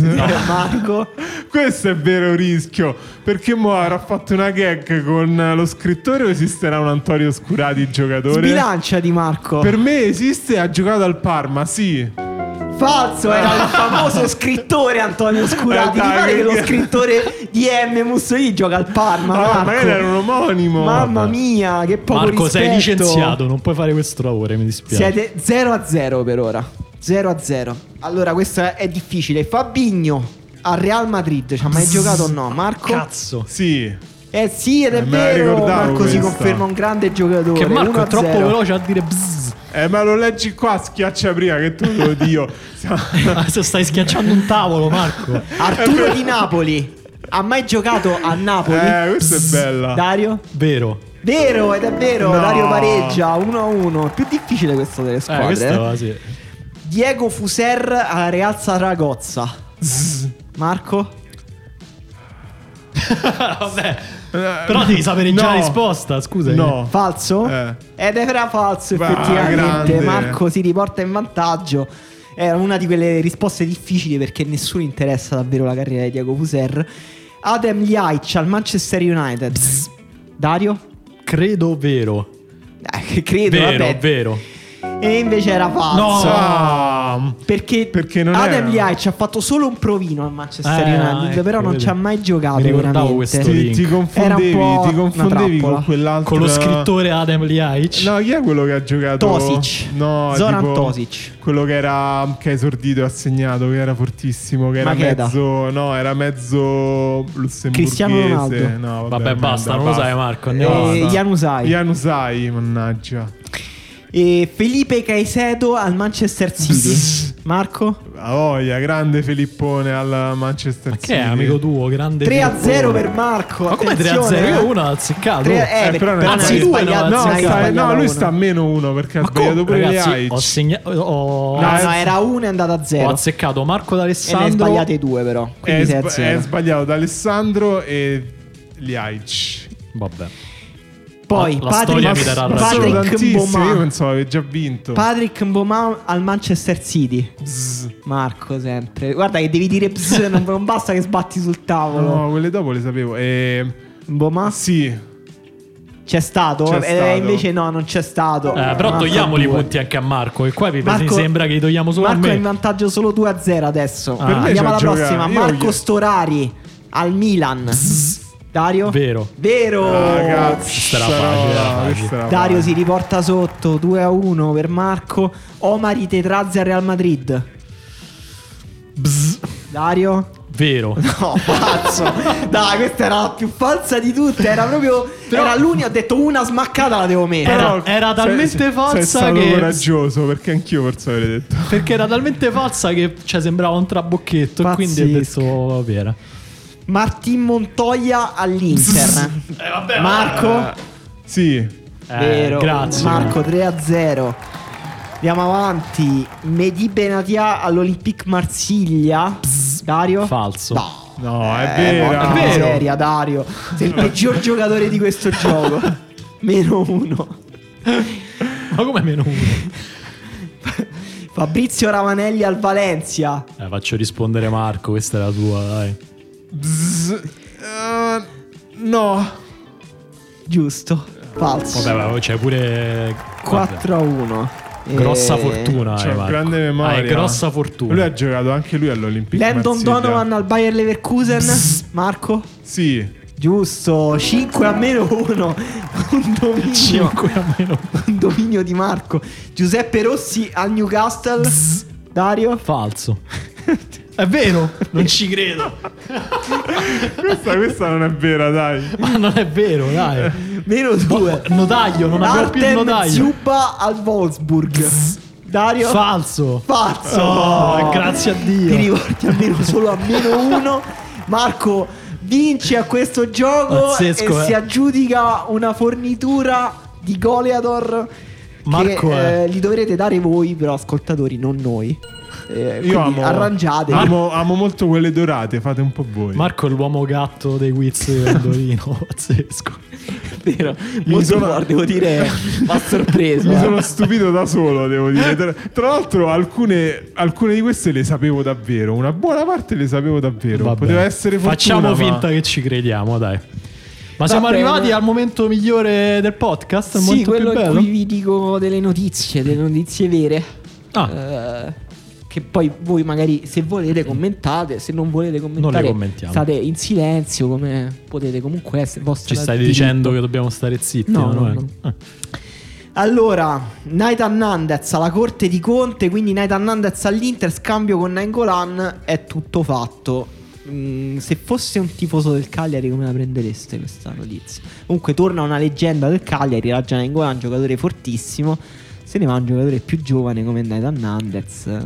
*laughs*
no.
Marco.
*laughs* Questo è vero rischio. Perché mo avrà fatto una gag con lo scrittore o esisterà un Antonio Scurati giocatore?
Sbilancia di Marco.
Per me esiste, ha giocato al Parma, sì.
Falso, era il famoso scrittore Antonio Scurati.
Eh,
Ti
dai,
pare che lo
quindi-
scrittore di M. Mussolini gioca al Parma?
Ah,
Marco?
magari era un omonimo.
Mamma mia, che poco
Marco, sei
rispetto.
licenziato, non puoi fare questo lavoro, mi dispiace.
Siete 0 a 0 per ora. 0 a 0. Allora, questa è difficile. Fabigno al Real Madrid ci ha mai giocato o no, Marco?
Cazzo.
Sì.
Eh sì, ed è
Eh, me la
vero.
ricordavo
Marco si
questa.
conferma un grande giocatore.
Che Marco
1
è
a
troppo
0.
veloce a
*laughs*
dire bzz.
Eh, ma lo leggi qua, schiaccia prima che tu lo dio.
Adesso stai schiacciando un tavolo, Marco.
Arturo di Napoli ha mai giocato a Napoli?
eh, questa è bella.
Dario?
Vero. Eh,
Vero, ed è vero,
No.
Dario pareggia 1-1. Più difficile questo delle
Eh,
squadre.
questo
eh.
sì.
Diego Fuser alla Real Saragozza. Marco?
Vabbè. *laughs* Però devi sapere già la
No.
risposta, scusa.
No.
Falso?
Eh.
Ed era falso,
Bah,
effettivamente.
grande.
Marco si riporta in vantaggio. Era una di quelle risposte difficili perché nessuno interessa davvero la carriera di Diego Fuser. Adem Ljajic al Manchester United. Dario?
Credo vero.
Eh, credo,
Vero,
vabbè.
vero.
E invece era falso.
Ah,
Perché,
Perché non
Adem
era-
Ljajic ha fatto solo un provino al Manchester
Eh,
United,
ecco,
però non
vedi.
ci ha mai giocato.
Mi ricordavo
veramente.
questo
ti,
link.
ti confondevi,
Era un po'
ti confondevi
una
con
trappola.
quell'altro.
Con lo scrittore Adam Ljajic.
No, chi è quello che ha giocato?
Tosic.
No,
Zoran
tipo
Tosic.
Quello che era che ha esordito e ha segnato, che era fortissimo, che era
Macheda.
mezzo no, era mezzo lussemburghese.
Cristiano Ronaldo.
No,
Vabbè,
vabbè,
basta, non lo sai Marco, andiamo
Eh,
avanti.
Basta.
Januzaj.
Januzaj, mannaggia.
E Felipe Caicedo al Manchester *laughs* City. Marco?
La voglia, grande Filippone al Manchester City.
Che è amico tuo, grande
3 a 0
Liverpool.
per Marco.
Ma come 3 a
attenzione,
0? Io
eh.
uno l'ho azzeccato.
Tre- eh,
Eh,
per-
però ne-
però
anzi,
ne hai
due,
sbagliato,
no,
ne hai
sai,
sta-
sbagliato
no, lui
uno.
sta a meno uno perché ha
Ma
sbagliato
come,
pure gli
ragazzi, ho,
Aic.
segna- ho-
No,
No,
no,
eh,
era 1 e è andata a
ho
0.
azzeccato Marco
E ne hai
D'Alessandro.
sbagliate due però.
È,
Quindi 6 a
sba-
0.
è sbagliato da Alessandro e gli Aic.
Vabbè.
Poi
La- la storia mi
Patrick,
darà
Ma sono
ragione.
Patrick
tantissimi, io
Mboma.
pensavo che già vinto.
Patrick Mboma al Manchester City.
Zzz.
Marco sempre. Guarda che devi dire bzz, non, non basta che sbatti sul tavolo.
No, quelle dopo le sapevo. Eh,
Mboma
sì,
c'è stato?
C'è
Eh,
stato.
invece no, non c'è stato.
Eh, però
Marco
togliamoli i
due.
punti anche a Marco. E qua vi mi
Marco-
sembra che li togliamo solo
Marco è
a me. Ah.
in vantaggio solo 2 a 0 adesso.
Per me
Andiamo alla
c'ha
prossima.
giocato. Io
Marco
gli-
Storari al Milan. Dario?
Vero.
Vero.
ragazzi,
era
Ah, questa
facile, era
roba,
facile.
questa era
Oh, Dario si
facile.
riporta sotto 2 a 1 per Marco. Omari Tetrazzi al Real Madrid. Dario? *laughs*
Vero.
No, pazzo. *laughs* Dai, questa era la più falsa di tutte. Era proprio. Era l'unica. Ho detto una smaccata la devo mettere.
Era-
Però
era
sei-
talmente
sei-
falsa
sei stato
che-
coraggioso perché anch'io forse avrei detto.
Perché era talmente falsa che cioè, sembrava un trabocchetto. E quindi ho
Pazzesco.
detto vera.
Martin Montoya
*laughs*
all'Inter. Marco?
Sì.
Eh,
Vero.
Grazie.
Marco 3 a 0. Andiamo avanti. Mehdi Benatia all'Olympique Marsiglia. Dario?
Falso.
No.
No, è
Eh,
vero. Cioè,
porca
È vero.
miseria, Dario. Sei il peggior giocatore di
*laughs*
questo gioco. Meno uno.
Ma come meno uno?
Fabrizio Ravanelli al Valencia.
Eh, faccio rispondere Marco. Questa è la tua, dai.
Bzz. Eh, no.
Giusto. Falso.
Vabbè, vabbè, c'è pure.
4 a 1.
Grossa
Eh,
fortuna.
C'è
eh,
una
Marco.
grande memoria.
Hai grossa fortuna.
Lui ha giocato anche lui all'Olimpico.
Landon Donovan al Bayer Leverkusen. Marco?
Sì.
Giusto. 5 a meno 1. *laughs* Un dominio. *laughs*
5 a meno.
Un dominio di Marco. Giuseppe Rossi al Newcastle. Dario?
Falso. È vero, non ci credo.
Questa, questa non è vera, dai.
Ma non è vero,
*laughs*
dai.
*laughs* Meno 2.
Notaio, Boh, non abbiamo più il
Artem
notaio.
Zuba al Wolfsburg. Dario?
Falso.
Falso.
Oh, grazie a
Ti
Dio.
riporti almeno solo a meno uno. Marco vince a questo gioco
Pazzesco,
e
eh.
si aggiudica una fornitura di Goleador.
Marco
che,
è-
eh, li dovrete dare voi, però, ascoltatori, non noi. Eh, quindi
Io amo,
arrangiatevi.
amo, amo molto quelle dorate, fate un po' voi.
Marco è l'uomo gatto dei
*laughs*
quiz di Andorino. Pazzesco.
Vero. Molto
sono-
forte, devo
*laughs*
dire, ma sorpreso.
Mi
eh.
sono stupito da solo, devo dire. Tra, tra l'altro, alcune, alcune di queste le sapevo davvero. Una buona parte le sapevo davvero.
Vabbè.
Poteva essere fortuna,
Facciamo
ma-
finta che ci crediamo, dai. Ma siamo
bene.
arrivati al momento migliore del podcast? Al
Sì,
momento più
quello in
bello?
cui vi dico delle notizie, delle notizie vere.
Ah.
Eh, che poi voi magari se volete commentate, se non volete commentare
commentiamo.
state in silenzio come potete comunque essere. vostro
Ci stai
diritto.
dicendo che dobbiamo stare zitti?
No,
no,
no, no.
Ah.
Allora, Nathan Nandez alla corte di Conte, quindi Nathan Nandez all'Inter, scambio con Nangolan, è tutto fatto. Mm, se fosse un tifoso del Cagliari come la prendereste questa notizia? Comunque torna una leggenda del Cagliari, Raja Nangolan, giocatore fortissimo, se ne va un giocatore più giovane come Nathan Nandez.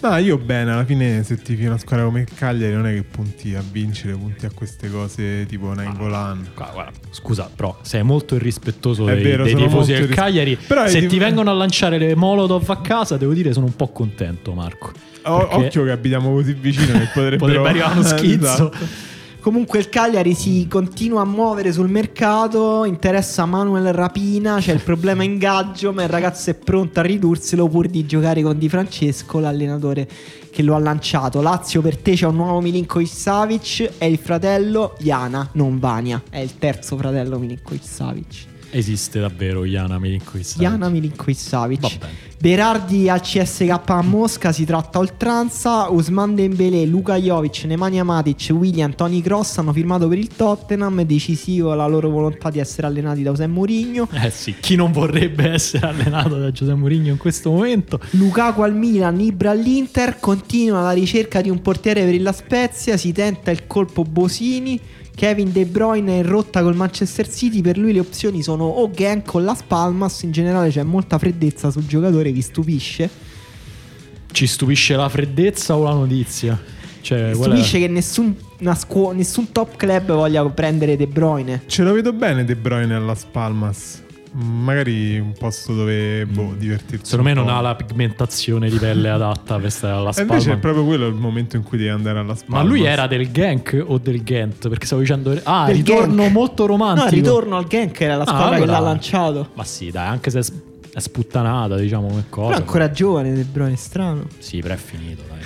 No, io bene, alla fine se tifi una squadra come il Cagliari non è che punti a vincere, punti a queste cose tipo Nangolan.
Qua, guarda, scusa, però sei molto irrispettoso
È
dei,
vero,
dei
sono
tifosi
molto
del
irris-
Cagliari.
Però i
Se
tif-
ti vengono a lanciare le Molotov a casa, devo dire sono un po' contento, Marco.
O-
Perché
Occhio che abitiamo così vicino che potrebbero- *laughs*
potrebbe arrivare uno
Eh,
schizzo.
esatto.
Comunque il Cagliari si continua a muovere sul mercato, interessa Manuel Rapina, c'è il problema ingaggio, ma il ragazzo è pronto a ridurselo pur di giocare con Di Francesco, l'allenatore che lo ha lanciato. Lazio per te c'è un nuovo Milinkovic Savic, è il fratello Iana, non Vania, è il terzo fratello Milinkovic Savic.
Esiste davvero Iana Milinkovic.
Iana Milinkovic
Va
Savic.
bene.
Berardi al CSK a Mosca si tratta a oltranza, Usman Dembele, Luka Jovic, Nemanja Matic, William, Tony Cross hanno firmato per il Tottenham, decisivo la loro volontà di essere allenati da José Mourinho.
Eh sì, chi non vorrebbe *laughs* essere allenato da Giuseppe Mourinho in questo momento?
Lukaku al Milan, Ibra all'Inter, continua la ricerca di un portiere per la Spezia, si tenta il colpo Bosini, Kevin De Bruyne è in rotta col Manchester City, per lui le opzioni sono o Genk con la Spalmas, in generale c'è molta freddezza sul giocatore, vi stupisce?
Ci stupisce la freddezza o la notizia? Cioè,
Mi
qual è-
stupisce che nessun, una scuo- nessun top club voglia prendere De Bruyne.
Ce lo vedo bene De Bruyne alla Spalmas. Mm, Magari un posto dove boh, divertirsi.
Mm. Secondo me
un
non
po'.
ha la pigmentazione di pelle adatta per stare
*laughs*
alla
E invece è
spalla.
proprio quello il momento in cui devi andare alla
Ma
Spalmas.
lui era del Genk o del Ghent? Perché stavo dicendo... Ah,
Del
ritorno
Genk.
molto romantico.
No, ritorno al Genk era la
Ah,
squadra che
allora-
l'ha lanciato.
Ma sì, dai, anche se è s- è sputtanata, diciamo, come cosa.
Però è ancora giovane De Bruyne, è strano.
Sì, però è finito, dai.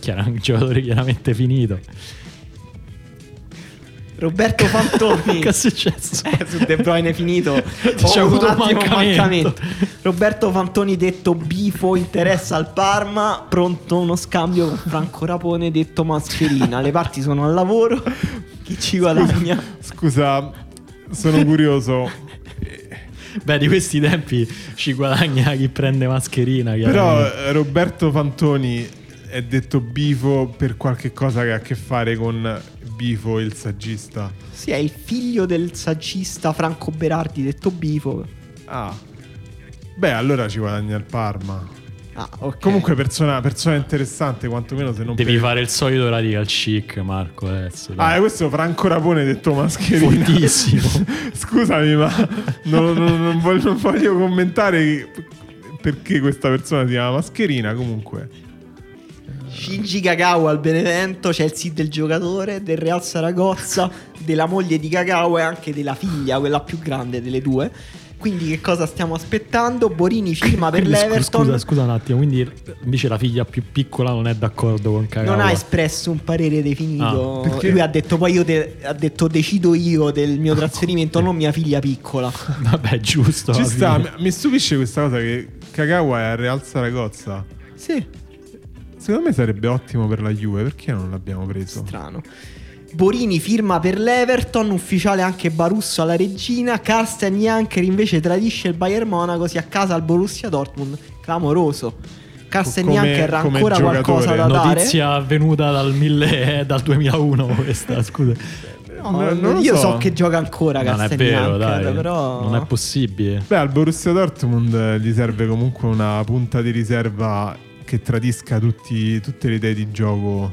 Chiaro, un giocatore chiaramente finito.
*laughs* Roberto Fantoni.
che è successo?
Eh, su De Bruyne è *laughs* finito.
C'è
Ho avuto
avuto
un
un
attimo un
mancamento.
mancamento. Roberto Fantoni detto Bifo interessa al Parma, pronto uno scambio con Franco Rapone detto Mascherina. Le parti sono al lavoro. Chi ci guadagna?
Scusa, sono curioso.
*laughs* Beh, di questi tempi ci guadagna chi prende mascherina.
Però
chiaramente.
eh, Roberto Fantoni è detto bifo per qualche cosa che ha a che fare con Bifo, il saggista.
Sì, è il figlio del saggista Franco Berardi detto Bifo.
Ah. Beh, allora ci guadagna il Parma.
Ah, ok.
Comunque persona, persona interessante, quantomeno se non
Eh. Devi
per-
fare il solito radical chic, Marco. Adesso, dai.
Ah, e questo Franco Rapone detto mascherina.
Fortissimo.
*laughs* Scusami, ma non, non- non voglio, non voglio commentare perché questa persona si chiama mascherina. Comunque,
Shinji Kagawa al Benevento, c'è il sì del giocatore, del Real Saragozza, della moglie di Kagawa e anche della figlia, quella più grande delle due. Quindi che cosa stiamo aspettando? Borini firma per
Quindi, scu-
l'Everton.
Scusa, scusa un attimo. Quindi invece la figlia più piccola non è d'accordo con Kagawa.
non ha espresso un parere definito.
Ah, perché?
Lui ha detto poi io te- ha detto decido io del
Ah,
mio trasferimento, non mia figlia piccola.
*laughs* Vabbè, giusto.
ci
alla
sta,
fine.
mi- mi stupisce questa cosa che Kagawa è al Real Saragozza.
Sì,
Secondo me sarebbe ottimo per la Juve, perché non l'abbiamo
Certo.
preso?
strano. Borini firma per l'Everton, ufficiale anche Barusso alla regina. Carsten Janker invece tradisce il Bayern Monaco, si accasa al Borussia Dortmund. Clamoroso. Carsten
Come-
Janker ha
come
ancora
giocatore.
qualcosa da dare.
Notizia venuta dal, mille, eh, dal 2001 questa, scusa.
No,
No, Eh, non lo
Oh, io so.
so
che gioca ancora
non è
Carsten
vero,
Janker,
dai.
però
Non è possibile.
Beh, al Borussia Dortmund eh, gli serve comunque una punta di riserva che tradisca tutti- tutte le idee di gioco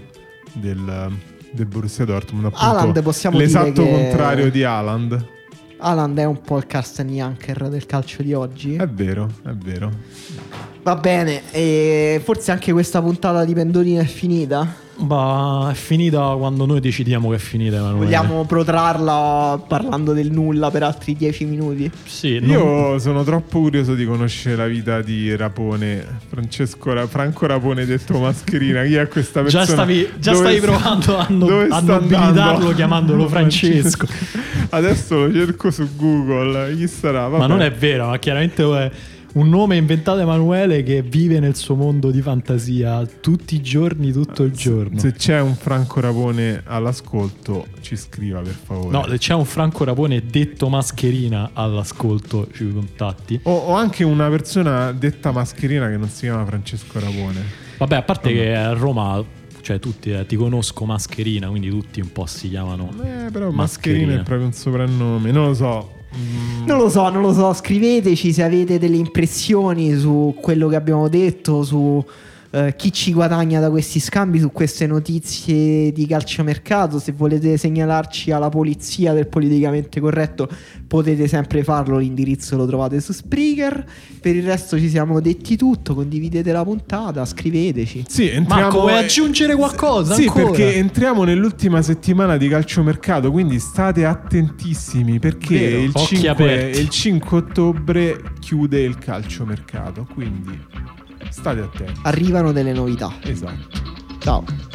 del, del Borussia Dortmund. Appunto,
Haaland possiamo dire
l'esatto
che-
contrario di Haaland.
Alan è un po' il Carsten Janker del calcio di oggi.
Eh.
È vero, è vero.
Va bene, e forse anche questa puntata di Pendolino è finita.
Ma Boh, è finita quando noi decidiamo che è finita, Emanuele.
Vogliamo protrarla parlando del nulla per altri dieci minuti.
Sì, non-
Io sono troppo curioso di conoscere la vita di Rapone, Francesco Ra- Franco Rapone detto Mascherina. Chi è questa persona?
Già stavi, già stavi
Dove sta-
provando
*laughs*
a, no-
dove
a
sta andando?
nobilitarlo
*laughs*
chiamandolo Francesco.
Adesso lo cerco su Google. Chi sarà?
Ma non è vero, ma chiaramente è un nome inventato da Emanuele che vive nel suo mondo di fantasia tutti i giorni, tutto il giorno.
Se c'è un Franco Rapone all'ascolto, ci scriva per favore.
No, se c'è un Franco Rapone detto mascherina all'ascolto, ci contatti.
o, o anche una persona detta mascherina che non si chiama Francesco Rapone.
Vabbè, a parte che a Roma, cioè tutti, eh, ti conosco mascherina, quindi tutti un po' si chiamano.
Eh, però mascherina, è proprio un soprannome, non lo so. Mm,
Non lo so, non lo so. Scriveteci se avete delle impressioni su quello che abbiamo detto, su eh, chi ci guadagna da questi scambi su queste notizie di calciomercato. Se volete segnalarci alla polizia del politicamente corretto, potete sempre farlo. L'indirizzo lo trovate su Spreaker. Per il resto ci siamo detti tutto. Condividete la puntata, scriveteci.
Sì, entriamo
Marco, vuoi
eh,
aggiungere qualcosa?
Sì,
ancora?
perché entriamo nell'ultima settimana di calciomercato, quindi state attentissimi perché
Vero,
il
occhi
5,
aperti.
il 5 ottobre chiude il calciomercato, quindi state attenti.
Arrivano delle novità.
Esatto.
Ciao.